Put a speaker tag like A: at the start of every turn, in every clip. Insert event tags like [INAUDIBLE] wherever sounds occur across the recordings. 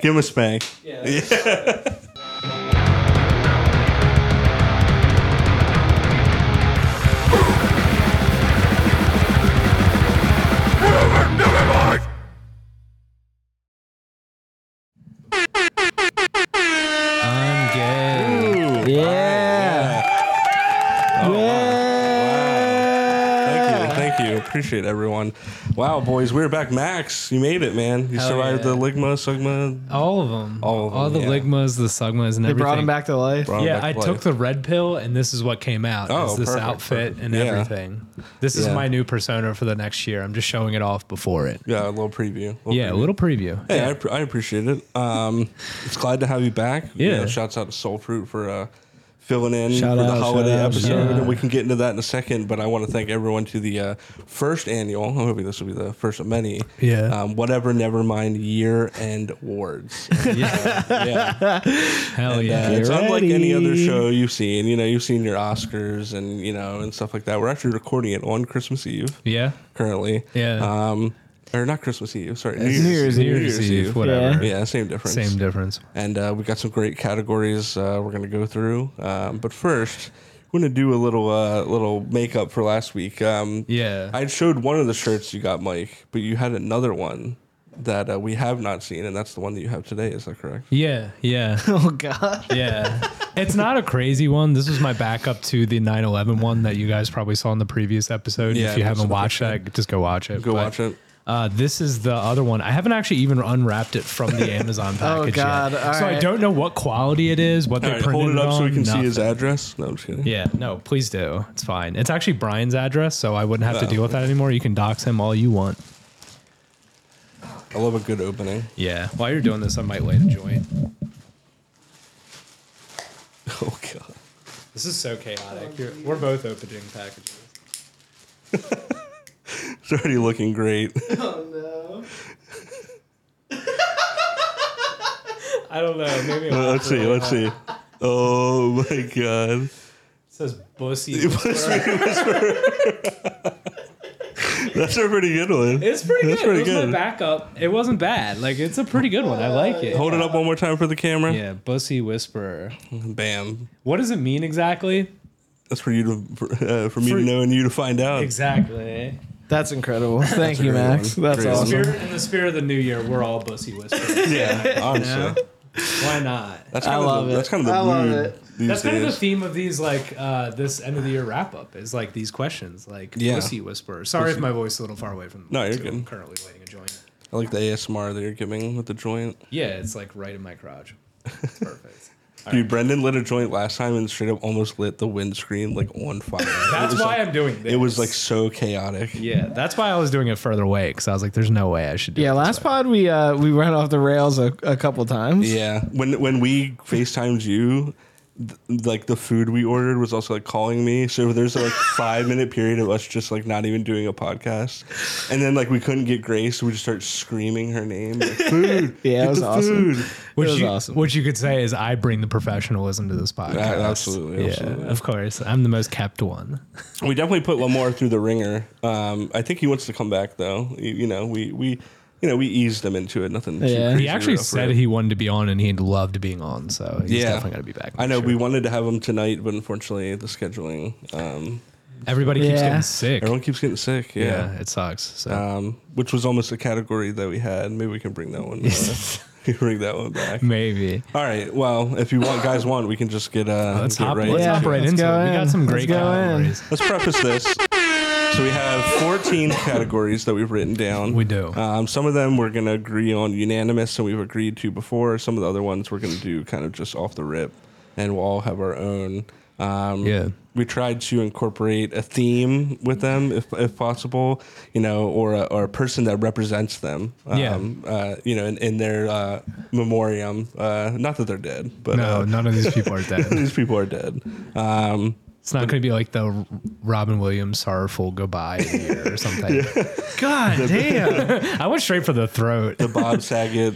A: Give him a spank.
B: Yeah.
C: I'm gay.
A: Ooh.
C: Yeah.
A: Oh, Thank you. Thank you. Appreciate everyone. Wow, boys, we're back. Max, you made it, man. You
C: Hell
A: survived
C: yeah.
A: the Ligma, Sigma.
D: All of them.
A: All of
D: All
A: them,
D: the
A: yeah.
D: ligmas, the sugmas, and
C: They
D: everything.
C: brought him back to life.
A: brought him
D: Yeah,
A: back
D: I
A: to
D: took
A: life.
D: the red pill, and this is what came out.
A: Oh,
D: is this
A: perfect,
D: outfit
A: perfect.
D: and
A: Yeah.
D: everything. This is
A: Yeah.
D: my new persona for the next year. I'm just showing it off before it.
A: Yeah, a little preview.
D: Yeah, a
A: preview. [LAUGHS]
D: little preview.
A: Hey, I, pr- I appreciate it. Um, it's glad to have you back. You
D: Yeah.
A: know, shouts out to Soul Fruit for uh, filling in
C: Shout
A: for the
C: out, shout
A: holiday
C: out, shout
A: episode.
C: out.
A: And we can get into that in a second, but I want to thank everyone to the uh, first annual. Hopefully, this will be the first of many.
D: Yeah.
A: Um, whatever, never mind. Year end
D: [LAUGHS]
A: awards. yeah. yeah.
D: Hell yeah.
A: Uh, it's
C: Get
A: unlike any other
C: ready.
A: show you've seen. You know, you've seen your Oscars and you know and stuff like that. We're actually recording it on Christmas Eve
D: yeah.
A: currently.
D: Yeah.
A: Um, or not Christmas Eve. Sorry,
C: It's New Year's Eve.
D: New Year's Eve, whatever.
A: Yeah, same difference.
D: Same difference.
A: And uh, we got some great categories uh, we're going to go through. Um, but first, we're going to do a little uh, little makeup for last week. Um,
D: Yeah.
A: I showed one of the shirts you got, Mike, but you had another one that uh, we have not seen, and that's the one that you have today. Is that correct?
D: yeah. Yeah.
C: [LAUGHS] Oh god.
D: Yeah. It's not a crazy one. This was my backup to the 9 11 one that you guys probably saw in the previous episode.
A: Yeah,
D: if you
A: that's
D: haven't
A: what I
D: watched that, just go watch it.
A: Go
D: But,
A: watch it.
D: Uh, this is the other one. I haven't actually even unwrapped it from the [LAUGHS] Amazon package
C: God.
D: yet.
C: All
D: so I
C: right.
D: don't know what quality it is, what
A: All
D: they
A: right, hold
D: printed
A: it up so we
D: on,
A: can see his
D: nothing.
A: address. No, I'm just kidding.
D: Yeah, no, please do. It's fine. It's actually Brian's address, so I wouldn't have to deal with that anymore. You can dox him all you want.
A: I love a good opening.
D: Yeah. While you're doing this, I might light a joint.
A: [LAUGHS] Oh god.
D: This is so chaotic. You're- we're both opening packages.
A: It's already looking great. [LAUGHS]
D: I don't know. [LAUGHS] Maybe I'll
A: let's see. Let's see. Oh my god.
D: It says
A: [LAUGHS]
D: bussy.
A: That's a pretty good one.
D: It's pretty
A: That's
D: good.
A: pretty
D: it was
A: good.
D: my backup. It wasn't bad. Like it's a pretty good one. I like it.
A: Hold it up one more time for the camera.
D: Yeah, bussy whisperer.
A: Bam.
D: What does it mean exactly?
A: That's for you to for, uh, for me
D: For-
A: to know and you to find out.
D: Exactly.
C: That's incredible. Thank you,
A: great
C: Max.
A: one.
C: That's
A: Great one.
C: awesome.
D: Spirit in the spirit of the new year, we're all bussy whisperers.
A: [LAUGHS] Yeah, honestly,
D: Yeah. Why
A: [LAUGHS]
D: not?
A: that's
C: I
A: kind of
C: love
A: the,
C: it.
A: that's kind of the
C: I love
A: mood
C: it.
A: these
D: That's
A: days.
D: kind of the theme of these like uh, this end of the year wrap up is like these questions like
A: Yeah.
D: bussy whisperers. Sorry if my voice is a little far away from. the
A: No, you're
D: mic, too. I'm
A: good.
D: currently lighting a joint.
A: I like the ASMR that you're giving with the joint.
D: Yeah, it's like right in my
A: [LAUGHS]
D: crotch. It's perfect.
A: Dude, Brendan lit a joint last time and straight up almost lit the windscreen like on fire. it
D: That's
A: was
D: why
A: like,
D: I'm doing this.
A: it was like so chaotic.
D: Yeah, that's why I was doing it further away because I was like, "There's no way I should." do
C: Yeah,
D: it this
C: last
D: way.
C: pod we uh we ran off the rails a, a couple times.
A: Yeah, when when we Facetimed you, th- like the food we ordered was also like calling me. So there's
D: [LAUGHS]
A: like five minute period of us just like not even doing a podcast, and then like we couldn't get Grace, so we just start screaming her name. Like, food,
C: Yeah, it
A: get
C: was
A: the
C: awesome.
A: Food.
D: Which
C: It was
D: you,
C: awesome.
D: What you could say is, I bring the professionalism to this podcast.
A: absolutely,
D: yeah,
A: absolutely.
D: of course. I'm the most kept one.
A: We definitely put Lamar through the ringer. Um, I think he wants to come back though. You, you know, we we you know we eased him into it. Nothing. too
C: Yeah. He
A: crazy
D: He actually
A: rough,
D: said
A: right?
D: he wanted to be on, and he loved being on. So he's
A: Yeah.
D: definitely gonna be back.
A: I know
D: next
A: we
D: year.
A: wanted to have him tonight, but unfortunately the scheduling. Um,
D: Everybody keeps
C: Yeah.
D: getting sick.
A: everyone keeps getting sick.
D: yeah.
A: yeah.
D: it sucks. So
A: um, which was almost a category that we had. Maybe we can bring that one. Uh, [LAUGHS]
D: [LAUGHS]
A: bring that one back.
D: maybe
A: All right. Well, if you want, guys, want we can just get uh,
D: let's
A: get
D: hop.
A: right
D: let's
A: into
C: Yeah.
D: hop
A: it.
D: right
C: Let's
D: into
C: go
D: it. We
C: in.
D: got some
C: Let's
D: great
C: go in.
D: categories.
A: Let's preface this. So we have 14 categories that we've written down.
D: We do.
A: Um, some of them we're going to agree on unanimous, and we've agreed to before. Some of the other ones we're going to do kind of just off the rip, and we'll all have our own. Um,
D: Yeah.
A: We tried to incorporate a theme with them, if, if possible, you know, or a, or a person that represents them.
D: Yeah.
A: uh, you know, in, in their uh, memoriam. Uh, not that they're dead, but
D: No,
A: uh, [LAUGHS]
D: none of these people are dead.
A: these people are dead. Um,
D: It's not going to be like the R- Robin Williams sorrowful goodbye of the
A: [LAUGHS]
D: year or something. God damn! [LAUGHS] I went straight for the throat.
A: the Bob Saget.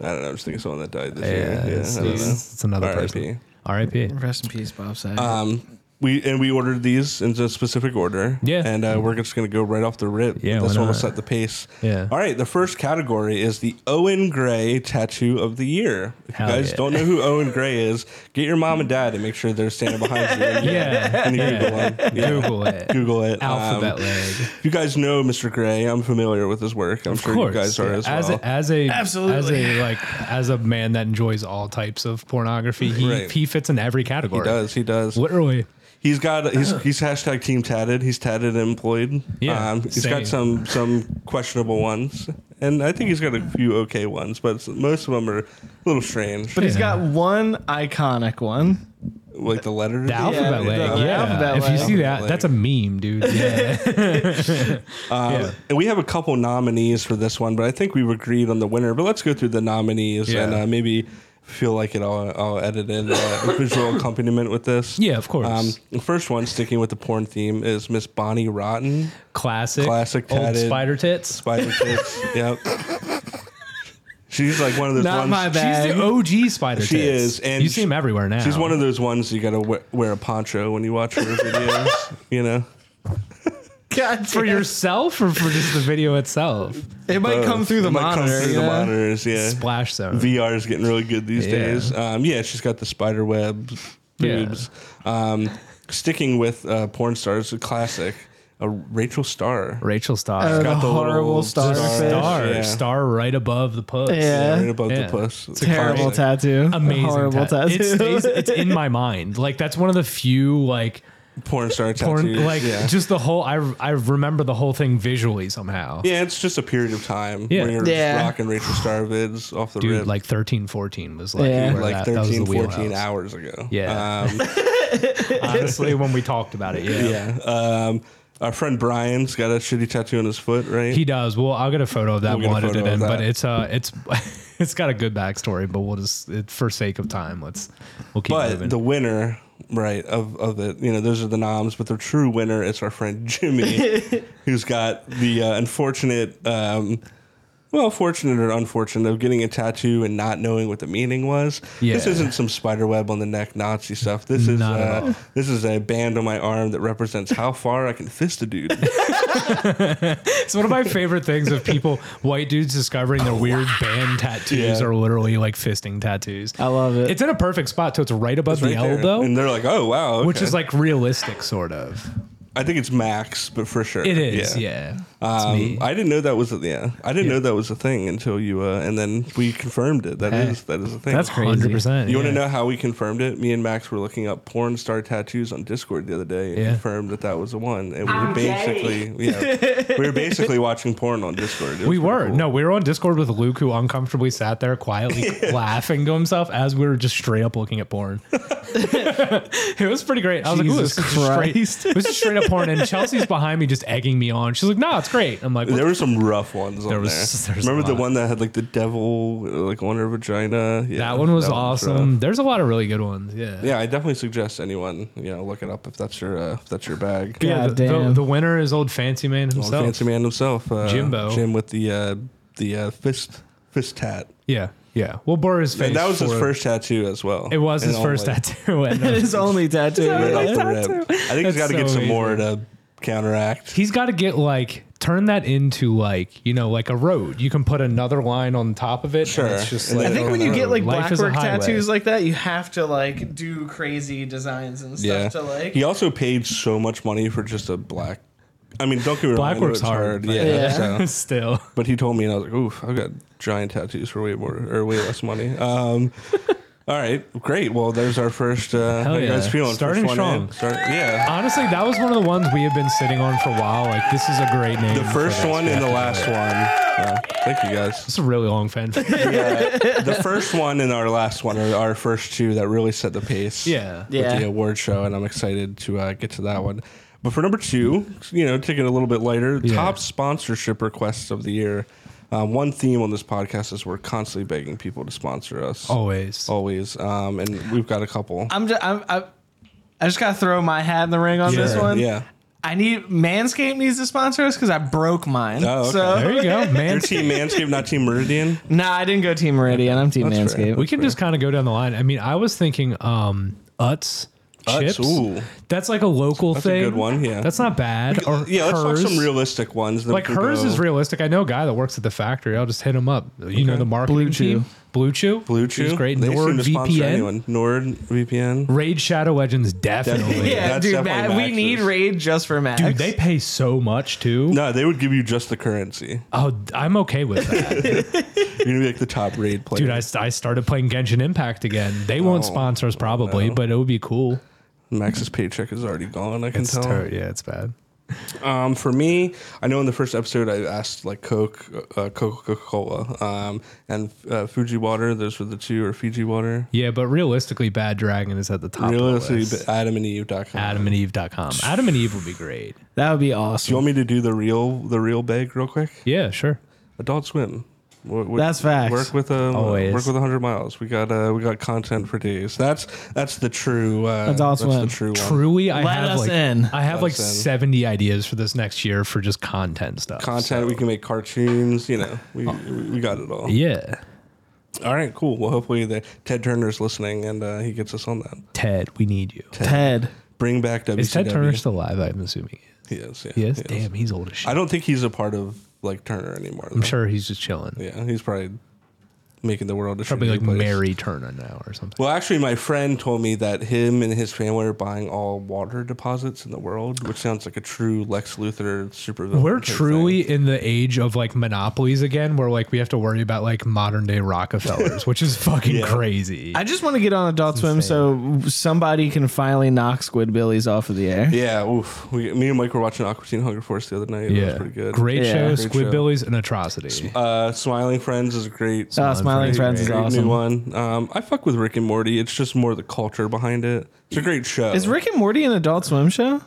A: I don't know. I'm just thinking someone that died this
D: Yeah,
A: year.
D: it's,
A: Yeah, I don't know.
D: it's another
A: RIP.
D: person. R.I.P.
C: Rest in peace, Bob Saget.
A: Um, we and we ordered these in a specific order.
D: Yeah.
A: and uh, we're just gonna go right off the rip.
D: Yeah,
A: this one
D: why
A: will
D: not?
A: set the pace.
D: Yeah.
A: All right, the first category is the Owen Gray tattoo of the year. If
D: Hell
A: you guys
D: yeah.
A: don't know
D: [LAUGHS]
A: who Owen Gray is, get your mom and dad and make sure they're standing behind you. And you-
D: [LAUGHS] Yeah.
A: and you
D: [LAUGHS] yeah.
A: Google him. Yeah.
D: Google it.
A: Google it. Um,
D: Alphabet leg.
A: you guys know Mr. Gray. I'm familiar with his work. I'm sure you guys are
D: yeah.
A: as well.
D: a, as a as
B: Absolutely.
D: a like as a man that enjoys all types of pornography, he,
A: Right.
D: he fits in every
A: he
D: category.
A: does. He does.
D: Literally,
A: He's got he's he's hashtag team tatted. He's tatted and employed.
D: Yeah,
A: um, he's
D: same.
A: got some some questionable ones, and I think he's got a few okay ones, but s- most of them are a little strange.
C: But
A: But
C: he's got one iconic one.
A: like the letters,
D: the alphabet
C: the-
D: leg.
C: the
D: yeah,
C: alphabet
D: if you
C: leg.
D: see that,
A: Alphabet
D: that's a
A: [LAUGHS]
D: meme, dude. Yeah.
A: Um,
D: yeah.
A: And we have a couple nominees for this one, but I think we've agreed on the winner. But let's go through the nominees
D: Yeah.
A: and uh, maybe feel like it. I'll, I'll edit in
D: [LAUGHS]
A: uh, visual accompaniment with this. Um,
D: Yeah, of course.
A: the first one, sticking with the porn theme, is Miss Bonnie Rotten.
D: classic,
A: Classic
D: old
A: tatted-
D: spider tits.
A: Spider Chicks. yep. She's like one of those
C: Not
A: ones.
C: my bag.
D: She's the OG spider.
A: She
D: tits.
A: is, and
D: you see him everywhere now.
A: She's one of those ones you gotta we- wear a poncho when you watch her videos. [LAUGHS] you know,
C: God,
D: for yourself or for just the video itself.
C: it might come through the
A: It might
C: monitor.
A: Come through
C: yeah.
A: the monitors, yeah.
D: Splash zone.
A: VR is getting really good these
D: Yeah.
A: days. Um, yeah, she's got the spider web
D: Yeah.
A: boobs. Um, sticking with uh, porn stars, a classic, uh, Rachel Starr.
D: Rachel Starr.
C: Uh,
A: Got
C: the
A: the
C: horrible
A: little
C: starfish.
D: star,
A: yeah.
D: star right above the puss.
C: Yeah.
A: right above
D: Yeah.
A: the puss. It's a
C: Terrible
A: classic.
C: tattoo.
D: Amazing.
C: Horrible
D: ta-
C: tattoo.
D: It stays,
C: [LAUGHS]
D: it's in my mind. Like that's one of the few like
A: porn star
D: porn,
A: tattoos.
D: like
A: yeah.
D: just the whole. I I remember the whole thing visually somehow.
A: yeah, it's just a period of time
D: Yeah.
A: when you're just
C: Yeah.
A: rocking Rachel Starr vids off the
D: Dude,
A: rip.
D: like 13, 14 was like
C: Yeah.
D: where
A: like
D: that, that was
A: 13,
D: the
A: 14
D: wheelhouse.
A: hours ago.
D: Yeah.
A: Um,
D: Honestly, when we talked about it, yeah.
A: Yeah. Um, our friend Brian's got a shitty tattoo on his foot, right?
D: He does. Well, I'll get a photo of that.
A: We'll get
D: We'll
A: a
D: edit
A: photo
D: it in,
A: of
D: but
A: that.
D: it's uh, it's [LAUGHS] it's got a good backstory. But we'll just it, for sake of time, let's we'll keep
A: but
D: moving.
A: the winner, right, of, of it, you know, those are the noms, but the true winner is our friend
D: [LAUGHS]
A: Jimmy, who's got the uh, unfortunate, um, well, fortunate or unfortunate of getting a tattoo and not knowing what the meaning was. This
D: Yeah.
A: isn't some spider web on the neck Nazi stuff. This is
D: Not at
A: uh,
D: all.
A: this is a band on my arm that represents how far I can fist a
D: [LAUGHS]
A: dude.
D: It's one of my favorite things
A: [LAUGHS]
D: of people, white dudes discovering their weird band tattoos
A: Oh, Yeah.
D: are literally like fisting tattoos.
C: I love it.
D: It's in a perfect spot, so it's right above the
A: right there.
D: elbow,
A: and they're like, "Oh wow,"
D: which
A: okay.
D: is like realistic, sort of.
A: I think it's Max, but for sure
D: It is, yeah. It's me.
A: Um, I didn't know that was a, yeah. I didn't know that was a thing until you uh, and then we confirmed it. That is
D: Hey.
A: that is a thing.
C: That's crazy.
D: 100%.
A: You want to
D: yeah.
A: know how we confirmed it? Me and Max were looking up porn star tattoos on Discord the other day and
D: Yeah.
A: confirmed that that was the one. And we were
E: I'm
A: basically
E: gay.
A: yeah,
D: [LAUGHS]
A: we were basically watching porn on Discord. It was
D: We
A: pretty
D: were.
A: cool.
D: No, we were on Discord with Luke, who uncomfortably sat there
A: [LAUGHS]
D: quietly laughing to himself as we were just straight up looking at porn. [LAUGHS] it was pretty great. I was
C: Jesus
D: like, ooh, this is, just [LAUGHS]
C: Christ.
D: straight, this is straight up porn. And Chelsea's behind me just egging me on. She's like, no, it's great. I'm like,
A: There were some rough ones on
D: There
A: there.
D: was- [LAUGHS] there was a
A: Remember the
D: lot.
A: one that had like the devil uh, like on her vagina? Yeah,
D: that one was
A: one's rough.
D: awesome. There's a lot of really good ones. Yeah.
A: Yeah, I definitely suggest anyone you know look it up if that's your uh, if that's your bag.
D: Yeah,
C: God
D: the, the,
C: damn.
D: the winner is old fancy man
A: Old
D: himself.
A: fancy man himself, uh,
D: Jimbo.
A: Jim with the uh, the uh, fist fist tat.
D: Yeah, yeah. We'll borrow his face.
A: And that was his
D: for-
A: first tattoo as well.
D: It was his
A: And
D: first
A: only.
D: tattoo. [LAUGHS] and,
C: [LAUGHS]
D: uh,
C: his only tattoo.
A: Right
C: right? [LAUGHS]
A: off the rip. I think he's
D: That's
A: got to
D: so
A: get some more to
D: amazing.
A: counteract.
D: he's got to get like turn that into like you know like a road. You can put another line on top of it.
A: Sure.
D: And it's just
A: And
D: like,
A: then
C: I think when you get like
D: Life
C: black
D: is a
C: work
D: highway.
C: tattoos like that, you have to like do crazy designs and stuff
A: Yeah.
C: to like.
A: He also paid so much money for just a black. I mean, don't get me wrong.
D: black
A: I know
D: works
A: it's
D: hard.
A: Yeah.
C: Yeah. [LAUGHS]
A: so-
D: Still,
A: But he told me, and I was like, "Oof, I've got giant tattoos for way more or way less money."
D: [LAUGHS]
A: Um, all right, great. Well, there's our first. Uh, how you
D: yeah.
A: guys feeling?
D: Starting
A: first one in.
D: strong.
A: Start, yeah.
D: honestly, that was one of the ones we have been sitting on for a while. Like this is a great name.
A: The first one and the last one. Yeah. Thank you
C: [LAUGHS]
A: guys.
D: It's a really long
A: [LAUGHS]
D: fanfic.
A: Yeah, the first one and our last one are our first two that really set the pace.
D: yeah.
A: With
C: Yeah.
A: the award show, and I'm excited to uh, get to that one. But for number two, you know, taking it a little bit lighter,
D: Yeah.
A: top sponsorship requests of the year. Uh, one theme on this podcast is we're constantly begging people to sponsor us.
D: Oh. Always.
A: Always. Um, and we've got a couple.
C: I'm just I'm, I, I just gotta throw my hat in the ring on this
D: Sure,
C: one.
A: Yeah.
C: I need Manscaped needs to sponsor us because I broke mine.
A: Oh, okay.
C: So
D: There
A: [LAUGHS]
D: you go, man.
A: Your team Manscaped, not Team Meridian.
C: nah, I didn't go Team Meridian. I'm Team
A: That's fair.
C: Manscaped.
D: We can just kind of go down the line. I mean, I was thinking um Utz chips.
A: ooh.
D: That's like a local
A: That's a
D: thing.
A: good one, yeah.
D: That's not bad. Or
A: yeah, let's
D: hers.
A: talk some realistic ones. then
D: Like
A: we can
D: hers
A: go-
D: is realistic. I know a guy that works at the factory. I'll just hit him up. You know the marketing
B: Blue
D: team,
B: Chew.
D: Blue Chew.
A: Blue
D: He's
A: Chew.
D: great.
A: They seem
D: Nord
A: to sponsor
D: VPN.
A: anyone. Nord VPN.
D: Raid Shadow Legends
A: Definitely.
D: definitely.
C: Yeah,
A: That's
C: dude,
A: definitely
C: Matt, we
A: Max's.
C: need raid just for Max.
D: Dude, they pay so much too.
A: No, they would give you just the currency.
D: Oh, I'm okay
A: [LAUGHS]
D: with that.
A: You're gonna be like the top raid player.
D: Dude, I, I started playing Genshin Impact again. They won't sponsor us probably,
A: Oh, no.
D: but it would be cool.
A: Max's paycheck is already gone. I can
D: It's
A: tell.
D: ter- yeah, it's bad.
A: Um, for me, I know in the first episode I asked like Coke, uh, Coca Cola, um, and uh, Fuji water. Those were the two, or Fiji water.
D: Yeah, but realistically, Bad Dragon is at the top.
A: Realistically,
D: of the list.
A: Adam and E Eve.com.
D: Adam and Eve.com. Adam and Eve would be great.
B: That would be
A: Do you
B: awesome.
A: want me to do the real, the real bag real quick?
D: Yeah, sure.
A: Adult Swim. Wo- wo-
B: That's facts.
A: Work with um,
D: Always.
A: work with 100 miles. We got uh, we got content for days. That's that's the true uh,
B: Adult
A: that's
B: Swim.
A: The true, one.
D: Truly, I
B: Let
D: have
B: us
D: like
B: in.
D: I have like
A: us in.
D: seventy ideas for this next year for just content stuff.
A: Content. We can make cartoons. You know, we
D: Oh.
A: we we got it all.
D: Yeah,
A: All right, cool. Well, hopefully the Ted Turner's listening and uh, he gets us on that.
D: Ted, we need you.
B: Ted.
A: Bring back WCW.
D: Is Ted Turner still alive? I'm assuming.
A: He is. Yeah,
D: He is.
A: he is.
D: Damn, he's old as shit.
A: I don't think he's a part of like Turner anymore.
D: I'm sure he's just chilling.
A: Yeah, he's probably making the world a
D: Probably
A: shittier
D: like
A: place.
D: Mary Turner now or something.
A: Well, actually, my friend told me that him and his family are buying all water deposits in the world, which sounds like a true Lex Luthor supervillain.
D: We're
A: type thing.
D: truly in the age of like monopolies again, where like we have to worry about like modern day Rockefellers, which is fucking crazy.
B: I just want to get on Adult Swim so somebody can finally knock Squidbillies off of the air.
A: Yeah, oof. We, me and Mike were watching Aqua Teen Hunger Force the other night. It was pretty good.
D: Great
B: Yeah.
D: show,
B: Great
A: show.
D: Squidbillies, and Atrocity.
A: Uh, Smiling Friends is a great.
B: Uh, Smiling Friends is
A: great
B: awesome.
A: new one. Um, I fuck with Rick and Morty. It's just more the culture behind it. It's a great show.
B: Is Rick and Morty an Adult Swim show?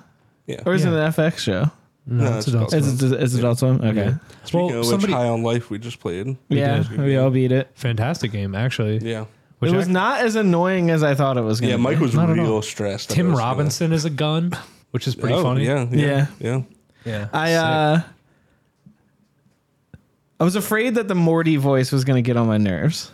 A: Yeah.
B: Or is it
D: Yeah.
B: an FX show?
A: No,
D: it's Adult
A: Swim.
B: Is it, is it Adult Swim? Okay.
A: Speaking
D: Well,
A: of
D: somebody-
A: which, High on Life we just played.
B: Yeah,
A: did.
B: we all beat it.
D: Fantastic game, actually.
A: Yeah.
D: Which
B: it was
D: act-
B: not as annoying as I thought it was going
A: Yeah,
B: to
A: Mike was
D: Not at all.
A: real stressed. that it
D: Tim
A: was gonna-
D: Robinson is a gun, which is pretty
A: Oh,
D: funny.
A: Yeah,
B: Yeah.
A: yeah, yeah.
D: yeah.
B: I
D: Sick.
B: uh I was afraid that the Morty voice was going to get on my nerves.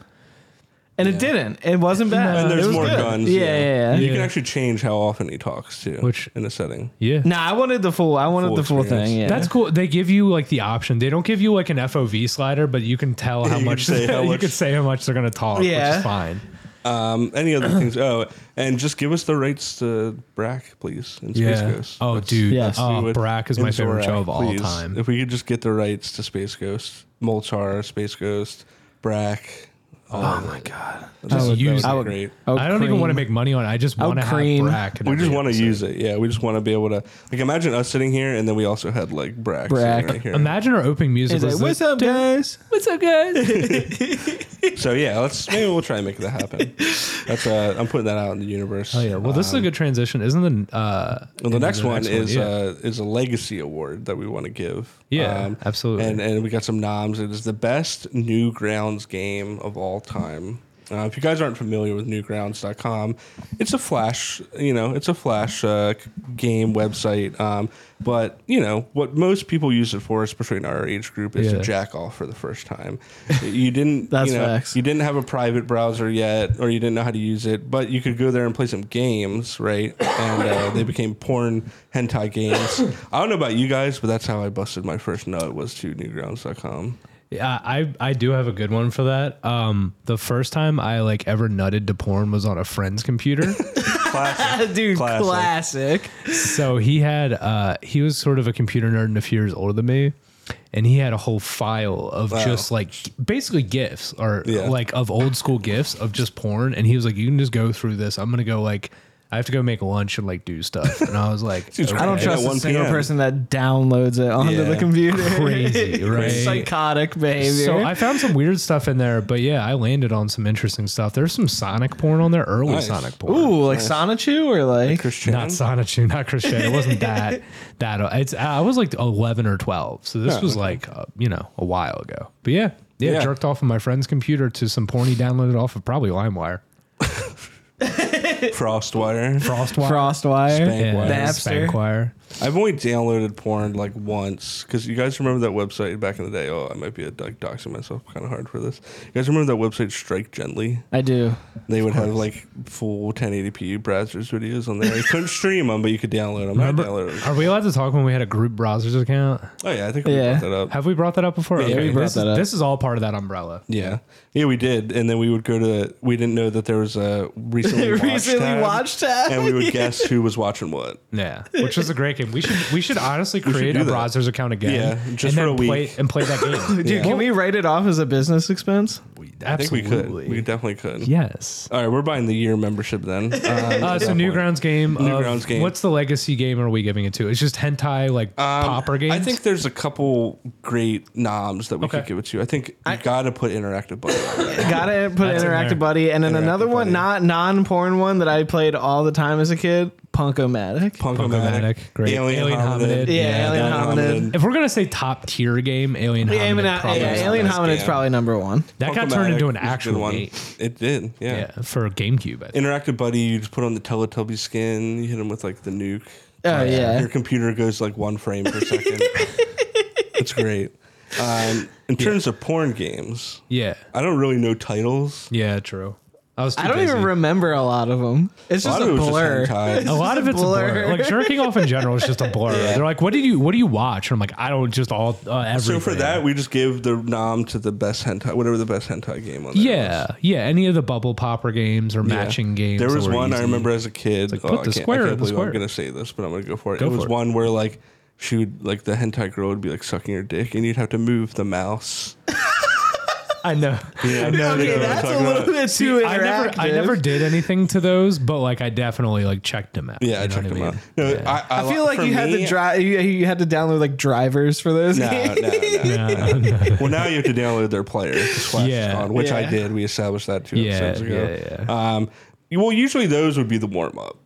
B: And it didn't. It wasn't bad.
A: And
B: It
A: there's
B: was
A: more
B: good.
A: guns.
B: Yeah, yeah, yeah.
A: You can
D: Yeah.
A: actually change how often he talks too,
D: Which-
A: in a setting.
D: yeah.
B: Nah, I wanted the full. I wanted
A: Full
B: the full
A: experience.
B: thing. Yeah.
D: That's cool. They give you like the option. They don't give you like an FOV slider, but you
A: [LAUGHS]
D: can tell how
A: You can
D: much
A: say
D: [LAUGHS]
A: how
D: you
A: much-
D: could say how much they're gonna talk, which
B: Yeah.
D: is fine.
A: Um, any
B: [CLEARS THROAT]
A: other things? Oh, and just give us the rights to Brack, please, in Space Ghost.
D: Oh, dude.
B: Yes.
D: Oh,
A: We would-
D: Brack is
A: in
D: my favorite
A: Zorak,
D: show of all
A: please.
D: time.
A: If we could just get the rights to Space Ghost, Moltar, Space Ghost, Brack. Oh my god,
D: Just use
A: that
D: it.
A: would be great.
B: Oh,
D: I don't even
B: cream.
D: want to make money on it. I just
B: Oh,
D: want to have
B: cream.
D: Brack. in
A: We just
D: every
A: want to
D: episode.
A: use it. Yeah, we just want to be able to like imagine us sitting here and then we also had like Brack, sitting
B: Brack.
A: right here.
D: Imagine our opening music
B: He's
D: was
B: like, "What's
D: the-
B: up, guys?"
D: What's up, guys?
B: [LAUGHS]
A: [LAUGHS] So yeah, let's maybe we'll try and make that
D: [LAUGHS]
A: happen. That's uh, I'm putting that out in the universe.
D: oh yeah. Well, this is a good transition, isn't it? Uh,
A: Um, Well, the
D: into
A: next one is
D: yeah.
A: uh, is a legacy award that we want to give. Um,
D: Yeah, absolutely.
A: And and we got some noms. It is the best Newgrounds game of all time. Uh, if you guys aren't familiar with Newgrounds.com, it's a flash, you know, it's a flash uh, c- game website. Um, but you know what most people use it for, especially in our age group, is
D: Yeah.
A: to jack off for the first time. you didn't,
B: That's
A: you know,
B: facts.
A: you didn't have a private browser yet, or you didn't know how to use it, but you could go there and play some games, right? And uh, they became porn hentai games. I don't know about you guys, but that's how I busted my first nut was to newgrounds.com.
D: Yeah, I I do have a good one for that. Um, the first time I like ever nutted to porn was on a
A: [LAUGHS]
D: friend's computer.
A: Classic.
B: dude,
A: Classic.
B: classic.
D: so he had uh he was sort of a computer nerd and a few years older than me. And he had a whole file of just like basically gifs or
A: Yeah.
D: like of old school gifs of just porn. And he was like, You can just go through this. I'm gonna go like I have to go make lunch and like do stuff. And I
A: [LAUGHS]
D: was like,
A: Dude's
B: I don't
A: At
B: trust a
A: 1
B: single
A: p.m..
B: person that downloads it onto
A: Yeah.
B: the computer. [LAUGHS]
D: Crazy, right?
B: Psychotic behavior.
D: So I found some weird stuff in there, but yeah, I landed on some interesting stuff. There's some Sonic porn on there, early
A: Nice.
D: Sonic porn.
B: Ooh, like Sonichu or like
A: Christian.
D: Not Sonichu, not Christian. It
A: [LAUGHS]
D: wasn't that. that it's I was like eleven or twelve, so this
A: Yeah,
D: was
A: Oh, okay.
D: like uh, you know a while ago. But yeah, yeah,
A: Yeah.
D: jerked off of my friend's computer to some porn he downloaded off of probably LimeWire,
A: Frostwire.
D: Frostwire,
B: Frostwire.
A: [LAUGHS] Spankwire.
D: and
B: Napster.
D: Spankwire.
A: I've only downloaded porn like once because you guys remember that website back in the day. Oh, I might be like doxing myself kind of hard for this. You guys remember that website Strike Gently?
B: I do.
A: They would have like full 1080p browsers videos on there. You couldn't stream them, but you could download them. I downloaded 'em.
D: Are we allowed to talk when we had a group browsers account?
A: Oh yeah, I think we
B: Yeah.
A: brought that up.
D: Have we brought that up before?
A: Yeah, we
B: brought
D: this,
B: that
D: is,
B: up.
D: this is all part of that umbrella.
A: Yeah, yeah, we did, and then we would go to. We didn't know that there was a recently watched
B: Recently
A: tab,
B: watched tab.
A: and we would guess who was watching what.
D: Yeah, which was a great game. We should we should honestly create
A: do
D: a
A: that.
D: browsers account again.
A: Yeah, just for
D: and then
A: a week.
D: play and play that
A: [LAUGHS]
D: game.
B: Dude, can we write it off as a business expense?
A: I think we could. We definitely could.
D: Yes.
A: All right, we're buying the year membership then. Um,
D: Uh, so Newgrounds game. of-
A: Newgrounds game.
D: What's the legacy game? Are we giving it to? It's just hentai like popper games.
A: Um, I think there's a couple great noms that we could
D: Okay.
A: give it to. I think you got to put interactive buddy. on
C: [COUGHS]
A: there.
B: Gotta put
D: That's in there.
B: interactive buddy, and then another
A: Interactive
B: one,
A: Buddy.
B: not non-porn one that I played all the time as a kid, Punkomatic.
A: Punkomatic,
D: great.
A: Alien,
D: Alien
A: hominid.
D: Hominid, Yeah, yeah,
B: Alien Hominid.
D: if we're gonna say top tier game, Alien
B: Yeah,
D: Hominid.
B: yeah,
D: probably is the
B: Alien
D: best.
B: Hominid's
A: game.
B: probably number one.
D: That got
A: Punkomatic
D: turned into
A: was
D: an
A: a good
D: actual game.
A: It did, yeah.
D: Yeah, for GameCube. I think.
A: Interactive buddy, you just put on the Teletubby skin. You hit him with like the nuke.
B: Oh yeah.
A: Your computer goes like one frame
B: [LAUGHS]
A: per second. It's great. Um, in terms of porn games,
D: Yeah,
A: I don't really know titles.
D: yeah, true. I was. Too
B: I don't even
D: busy.
B: remember a lot of them. It's
A: A
B: just
A: lot
B: a,
A: of it was just
B: blur.
A: hentai.
D: A lot of
B: a
D: it's a blur.
B: [LAUGHS] blur.
D: Like jerking off in general is just
A: [LAUGHS]
D: a blur. They're like, "What did you? What do you watch?" And I'm like, "I don't just all uh,
A: So
D: everything."
A: for that, we just give the nom to the best hentai, whatever the best hentai game on. There was.
D: yeah, yeah, any of the bubble popper games or
A: Yeah.
D: matching games.
A: There
D: that
A: was
D: were
A: one I
D: easy.
A: remember as a kid.
D: like,
A: oh,
D: put
A: I
D: the
A: can't,
D: square
A: I
D: in
A: can't
D: the
A: believe
D: square.
A: I'm gonna say this, but I'm gonna go for it.
D: Go
A: it was
D: for it.
A: one where like she would like the hentai girl would be like sucking her dick, and you'd have to move the mouse.
D: I know.
A: [LAUGHS] Okay,
D: I know. the
B: Okay,
D: game.
A: Yeah,
B: that's
A: talk
B: a
A: about
B: little
A: it.
B: bit
D: See,
B: too interactive.
D: I never, I never did anything to those, but like I definitely like checked them out.
A: Yeah, I
D: you know
A: checked
D: what
A: them
D: I
A: out.
D: mean?
A: No,
D: Yeah.
A: I,
B: I feel like
A: for
B: you had
A: me,
B: to drive. You, you had to download like drivers for those.
A: [LAUGHS] No,
B: games. [LAUGHS]
A: no, no,
D: [LAUGHS]
A: no. well, now you have to download their player, to Splash
D: Yeah.
A: on, which I
B: Yeah.
A: did. We established that two
D: Yeah,
A: episodes ago.
D: yeah,
A: Um, you- well, usually those would be the warm up.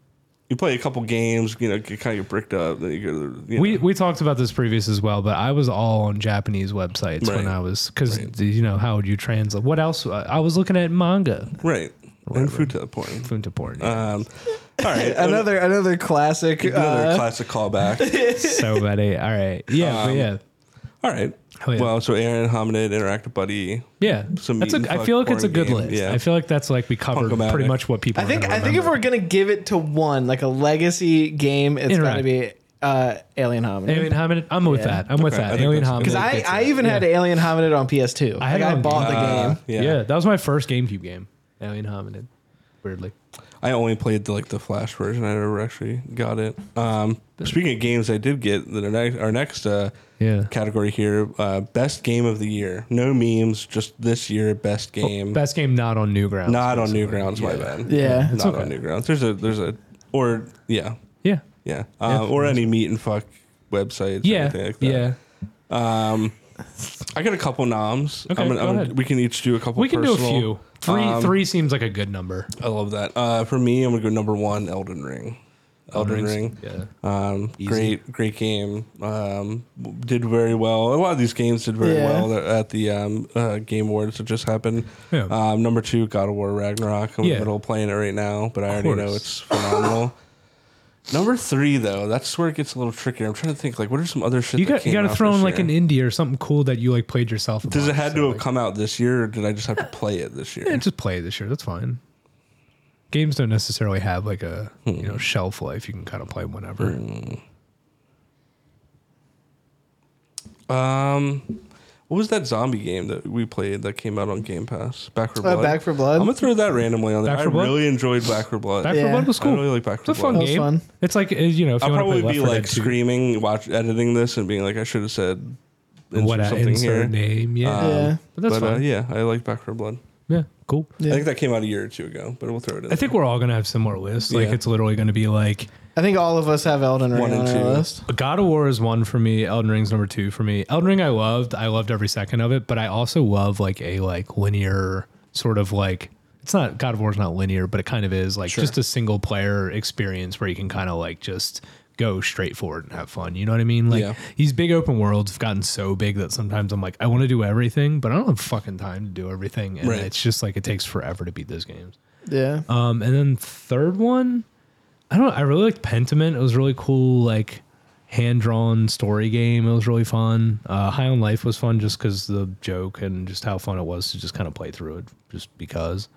A: You play a couple games, you know, get, kind of get bricked up. Then you go to the, you
D: we
A: know.
D: we talked about this previous as well, but I was all on Japanese websites
A: Right.
D: when I was because you know how would you translate? What else? uh, I I was looking at manga,
A: right and futa porn.
D: funta porn.
A: Um, [LAUGHS] all right,
B: Another another classic.
A: another
B: uh,
A: classic callback.
B: [LAUGHS]
D: so many. All right. Yeah.
A: Um,
D: but yeah.
A: All right.
D: Oh, yeah.
A: Well, so Aaron, Hominid, Interactive Buddy.
D: Yeah.
A: some
D: That's
A: meat
D: a,
A: and
D: I feel
A: fuck
D: like it's a
A: porn
D: good
A: game,
D: list.
A: yeah.
D: I feel like that's like we covered
A: Punkomatic.
D: pretty much what people.
B: I think I think if we're gonna give it to one, like a legacy game, it's gotta
D: Interact.
B: be uh, Alien Hominid.
D: Alien Hominid, I'm with that. I'm with
A: Okay, I
D: that.
A: think
D: Alien
A: that's a
D: Hominid.
A: good
B: Because I, I even had Alien Hominid on PS2.
D: I had
B: like,
D: it
B: I
D: on
B: bought the
A: Uh,
B: game.
D: yeah.
A: yeah.
D: that was my first GameCube game. Alien Hominid. Weirdly.
A: I only played the, like the Flash version. I never actually got it. Um, speaking of games, I did get the next our next uh,
D: Yeah.
A: category here. Uh, best game of the year. No memes. Just this year, best game.
D: Oh, Best game not on Newgrounds.
A: Not on
D: basically.
A: Newgrounds. My bad.
B: Yeah.
A: Not on Newgrounds. There's a there's a or yeah
D: Yeah.
A: yeah, uh, or any meat and fuck websites. or
D: Yeah.
A: anything like that.
D: yeah.
A: Um, I got a couple noms.
D: Okay,
A: I'm gonna-
D: go
A: I'm-
D: ahead.
A: We can each do a couple.
D: We can
A: personal. um,
D: do a few. Three three seems like a good number.
A: I love that. Uh, for me, I'm gonna go number one, Elden Ring. Elden,
D: Rings,
A: Ring,
D: Yeah.
A: um, great, great game. Um, w- did very well. A lot of these games did very
B: Yeah.
A: well at the um, uh, Game Awards that just happened.
D: Yeah.
A: Um, number two, God of War Ragnarok. I'm in
D: Yeah.
A: the middle of playing it right now, but I already know
D: course.
A: it's phenomenal. number three, though, that's where it gets a little trickier. I'm trying to think, like, what are some other shit?
D: You
A: that
D: got
A: came
D: you gotta
A: out
D: throw
A: this
D: in like
A: year?
D: an indie or something cool that you like played yourself.
A: Does it
D: upon,
A: had
D: so,
A: to have
D: like-
A: come out this year, or did I just have to play it this year?
D: Yeah, just play it this year. That's fine. Games don't necessarily have like a
A: Hmm.
D: you know shelf life. You can kind of play them whenever.
A: Um, what was that zombie game that we played that came out on Game Pass? Back for
B: Uh,
A: Blood.
B: Back for Blood.
A: I'm gonna throw that randomly on there.
D: Back
A: I
D: for Blood?
A: really enjoyed Back for Blood.
D: Back
B: Yeah.
D: for Blood was
A: I
D: cool.
A: really like Back
D: It's
A: for
D: a fun
B: That
A: Blood.
B: was
D: game.
B: fun.
D: It's like uh, you know if you
A: I'll
D: want to
A: probably
D: play Left
A: be
D: 4
A: like
D: Dead 2,
A: screaming, watch editing this, and being like, I should have said insert
D: what I
A: something here.
D: insert name. Yeah,
A: Um,
B: Yeah.
D: but that's
A: but uh,
D: fine.
A: yeah, I like Back for Blood.
D: yeah, cool.
B: Yeah.
A: I think that came out a year or two ago, but we'll throw it in.
D: I think we're all gonna have similar lists. Like
A: Yeah.
D: it's literally gonna be like
B: I think all of us have Elden Ring
A: One and
B: on our
A: two.
B: list.
D: God of War is one for me. Elden Ring's number two for me. Elden Ring I loved. I loved every second of it, but I also love like a like linear sort of like it's not God of War's not linear, but it kind of is like just a single player experience where you can kind of like just go straight forward and have fun. You know what I mean? Like
A: Yeah.
D: these big open worlds have gotten so big that sometimes I'm like, I want to do everything, but I don't have fucking time to do everything. And
A: Right.
D: it's just like it takes forever to beat those games.
B: Yeah.
D: Oh, Um, and then third one, I don't. I really liked Pentiment. It was really cool. Like hand drawn story game. It was really fun. Uh, High on Life was fun just because the joke and just how fun it was to just kind of play through it, just because.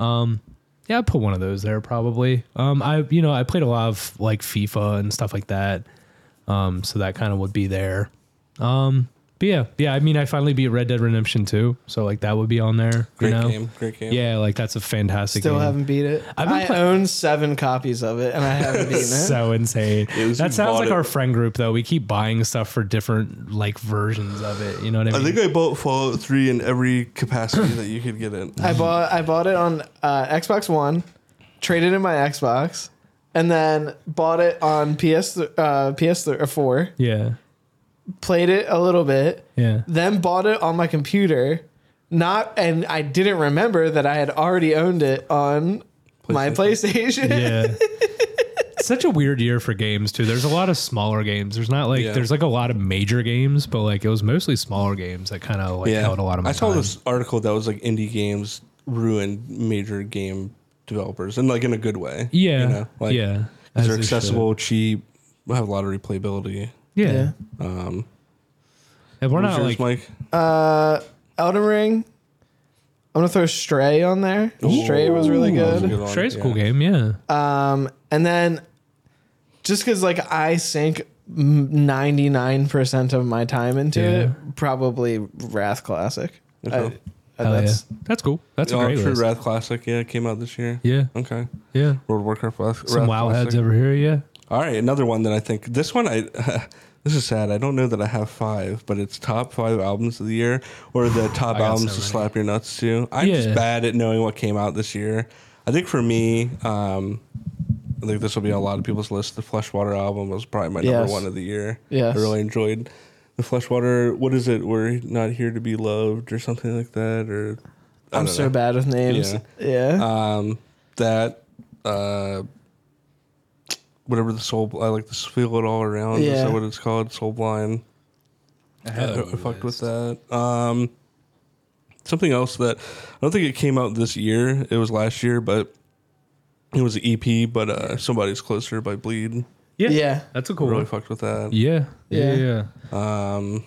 D: Um, Yeah, I put one of those there probably. Um, I you know I played a lot of like FIFA and stuff like that, um, so that kind of would be there. Um, but yeah, yeah. I mean, I finally beat Red Dead Redemption 2, so like that would be on there.
A: Great
D: you know?
A: game, great game.
D: Yeah, like that's a fantastic.
B: Still
D: game.
B: haven't beat it.
D: I've been
C: I
D: play-
C: own seven copies of it, and I haven't beaten it.
D: so insane.
A: It was-
D: that sounds
A: bought
D: like
A: it.
D: our friend group though. We keep buying stuff for different like versions of it. You know what I
A: I
D: mean?
A: think I bought Fallout 3 in every capacity that you could get in.
B: [LAUGHS]
C: I bought I bought it on uh, Xbox One, traded in my Xbox, and then bought it on PS uh, PS4.
D: yeah,
C: Played it a little bit,
D: yeah.
C: then bought it on my computer. Not and I didn't remember that I had already owned it on my PlayStation.
D: Yeah. [LAUGHS] It's Such a weird year for games too. There's a lot of smaller games. There's not like
A: Yeah.
D: there's like a lot of major games, but like it was mostly smaller games that kind of like held a lot of my
A: I saw
D: time.
A: this article that was like indie games ruined major game developers and like in a good way.
D: yeah,
A: You know, like
D: yeah.
A: Cause
D: As
A: they're
D: they should.
A: accessible, cheap, have a lot of replayability.
D: Yeah.
C: Yeah.
A: Um,
D: and we're
A: what was
D: not
A: yours,
D: like
A: Mike.
C: [LAUGHS] Uh, Elden Ring. I'm gonna throw Stray on there. Stray was really
A: Ooh, that was a
C: good.
A: one,
D: Stray's a
A: yeah.
D: cool game. Yeah,
C: Um, and then just because like I sink ninety nine percent of my time into
D: Yeah.
C: it, probably Wrath Classic. I-
A: Okay.
C: I-
D: Hell yeah.
C: that's
D: that's cool. That's
A: Oh,
D: a great
A: True
D: list.
A: Wrath Classic, yeah, it came out this year.
D: Yeah,
A: Okay.
D: yeah.
A: World of Warcraft Wrath,
D: Some
A: Wrath
D: wow
A: Classic.
D: heads over here. Yeah,
A: All right, another one that I think this one I [LAUGHS] this is sad. I don't know that I have five, but it's top five albums of the year or
D: [SIGHS]
A: the top
D: I got
A: albums
D: so
A: to
D: many.
A: slap your nuts to. I'm
D: Yeah.
A: just bad at knowing what came out this year. I think for me, um, I think this will be on a lot of people's list. The Fleshwater album was probably my
C: Yes.
A: number one of the year.
C: Yes.
A: I really enjoyed the Fleshwater. What is it? We're not here to be loved or something like that, or I
C: I'm
A: don't
C: so
A: know.
C: bad with names.
A: Yeah.
C: Yeah.
A: Um, that uh, whatever the soul, I like to feel it all around. Is
C: Yeah.
A: that what it's called? Soul blind. I, I fucked with that. Um, something else that I don't think it came out this year. It was last year, but it was an EP. But uh, somebody's closer by Bleed.
D: yeah,
C: Yeah.
D: That's a cool
A: Oh, Really
D: one.
A: fucked with that.
D: Yeah,
C: Yeah.
D: yeah, yeah.
A: Um,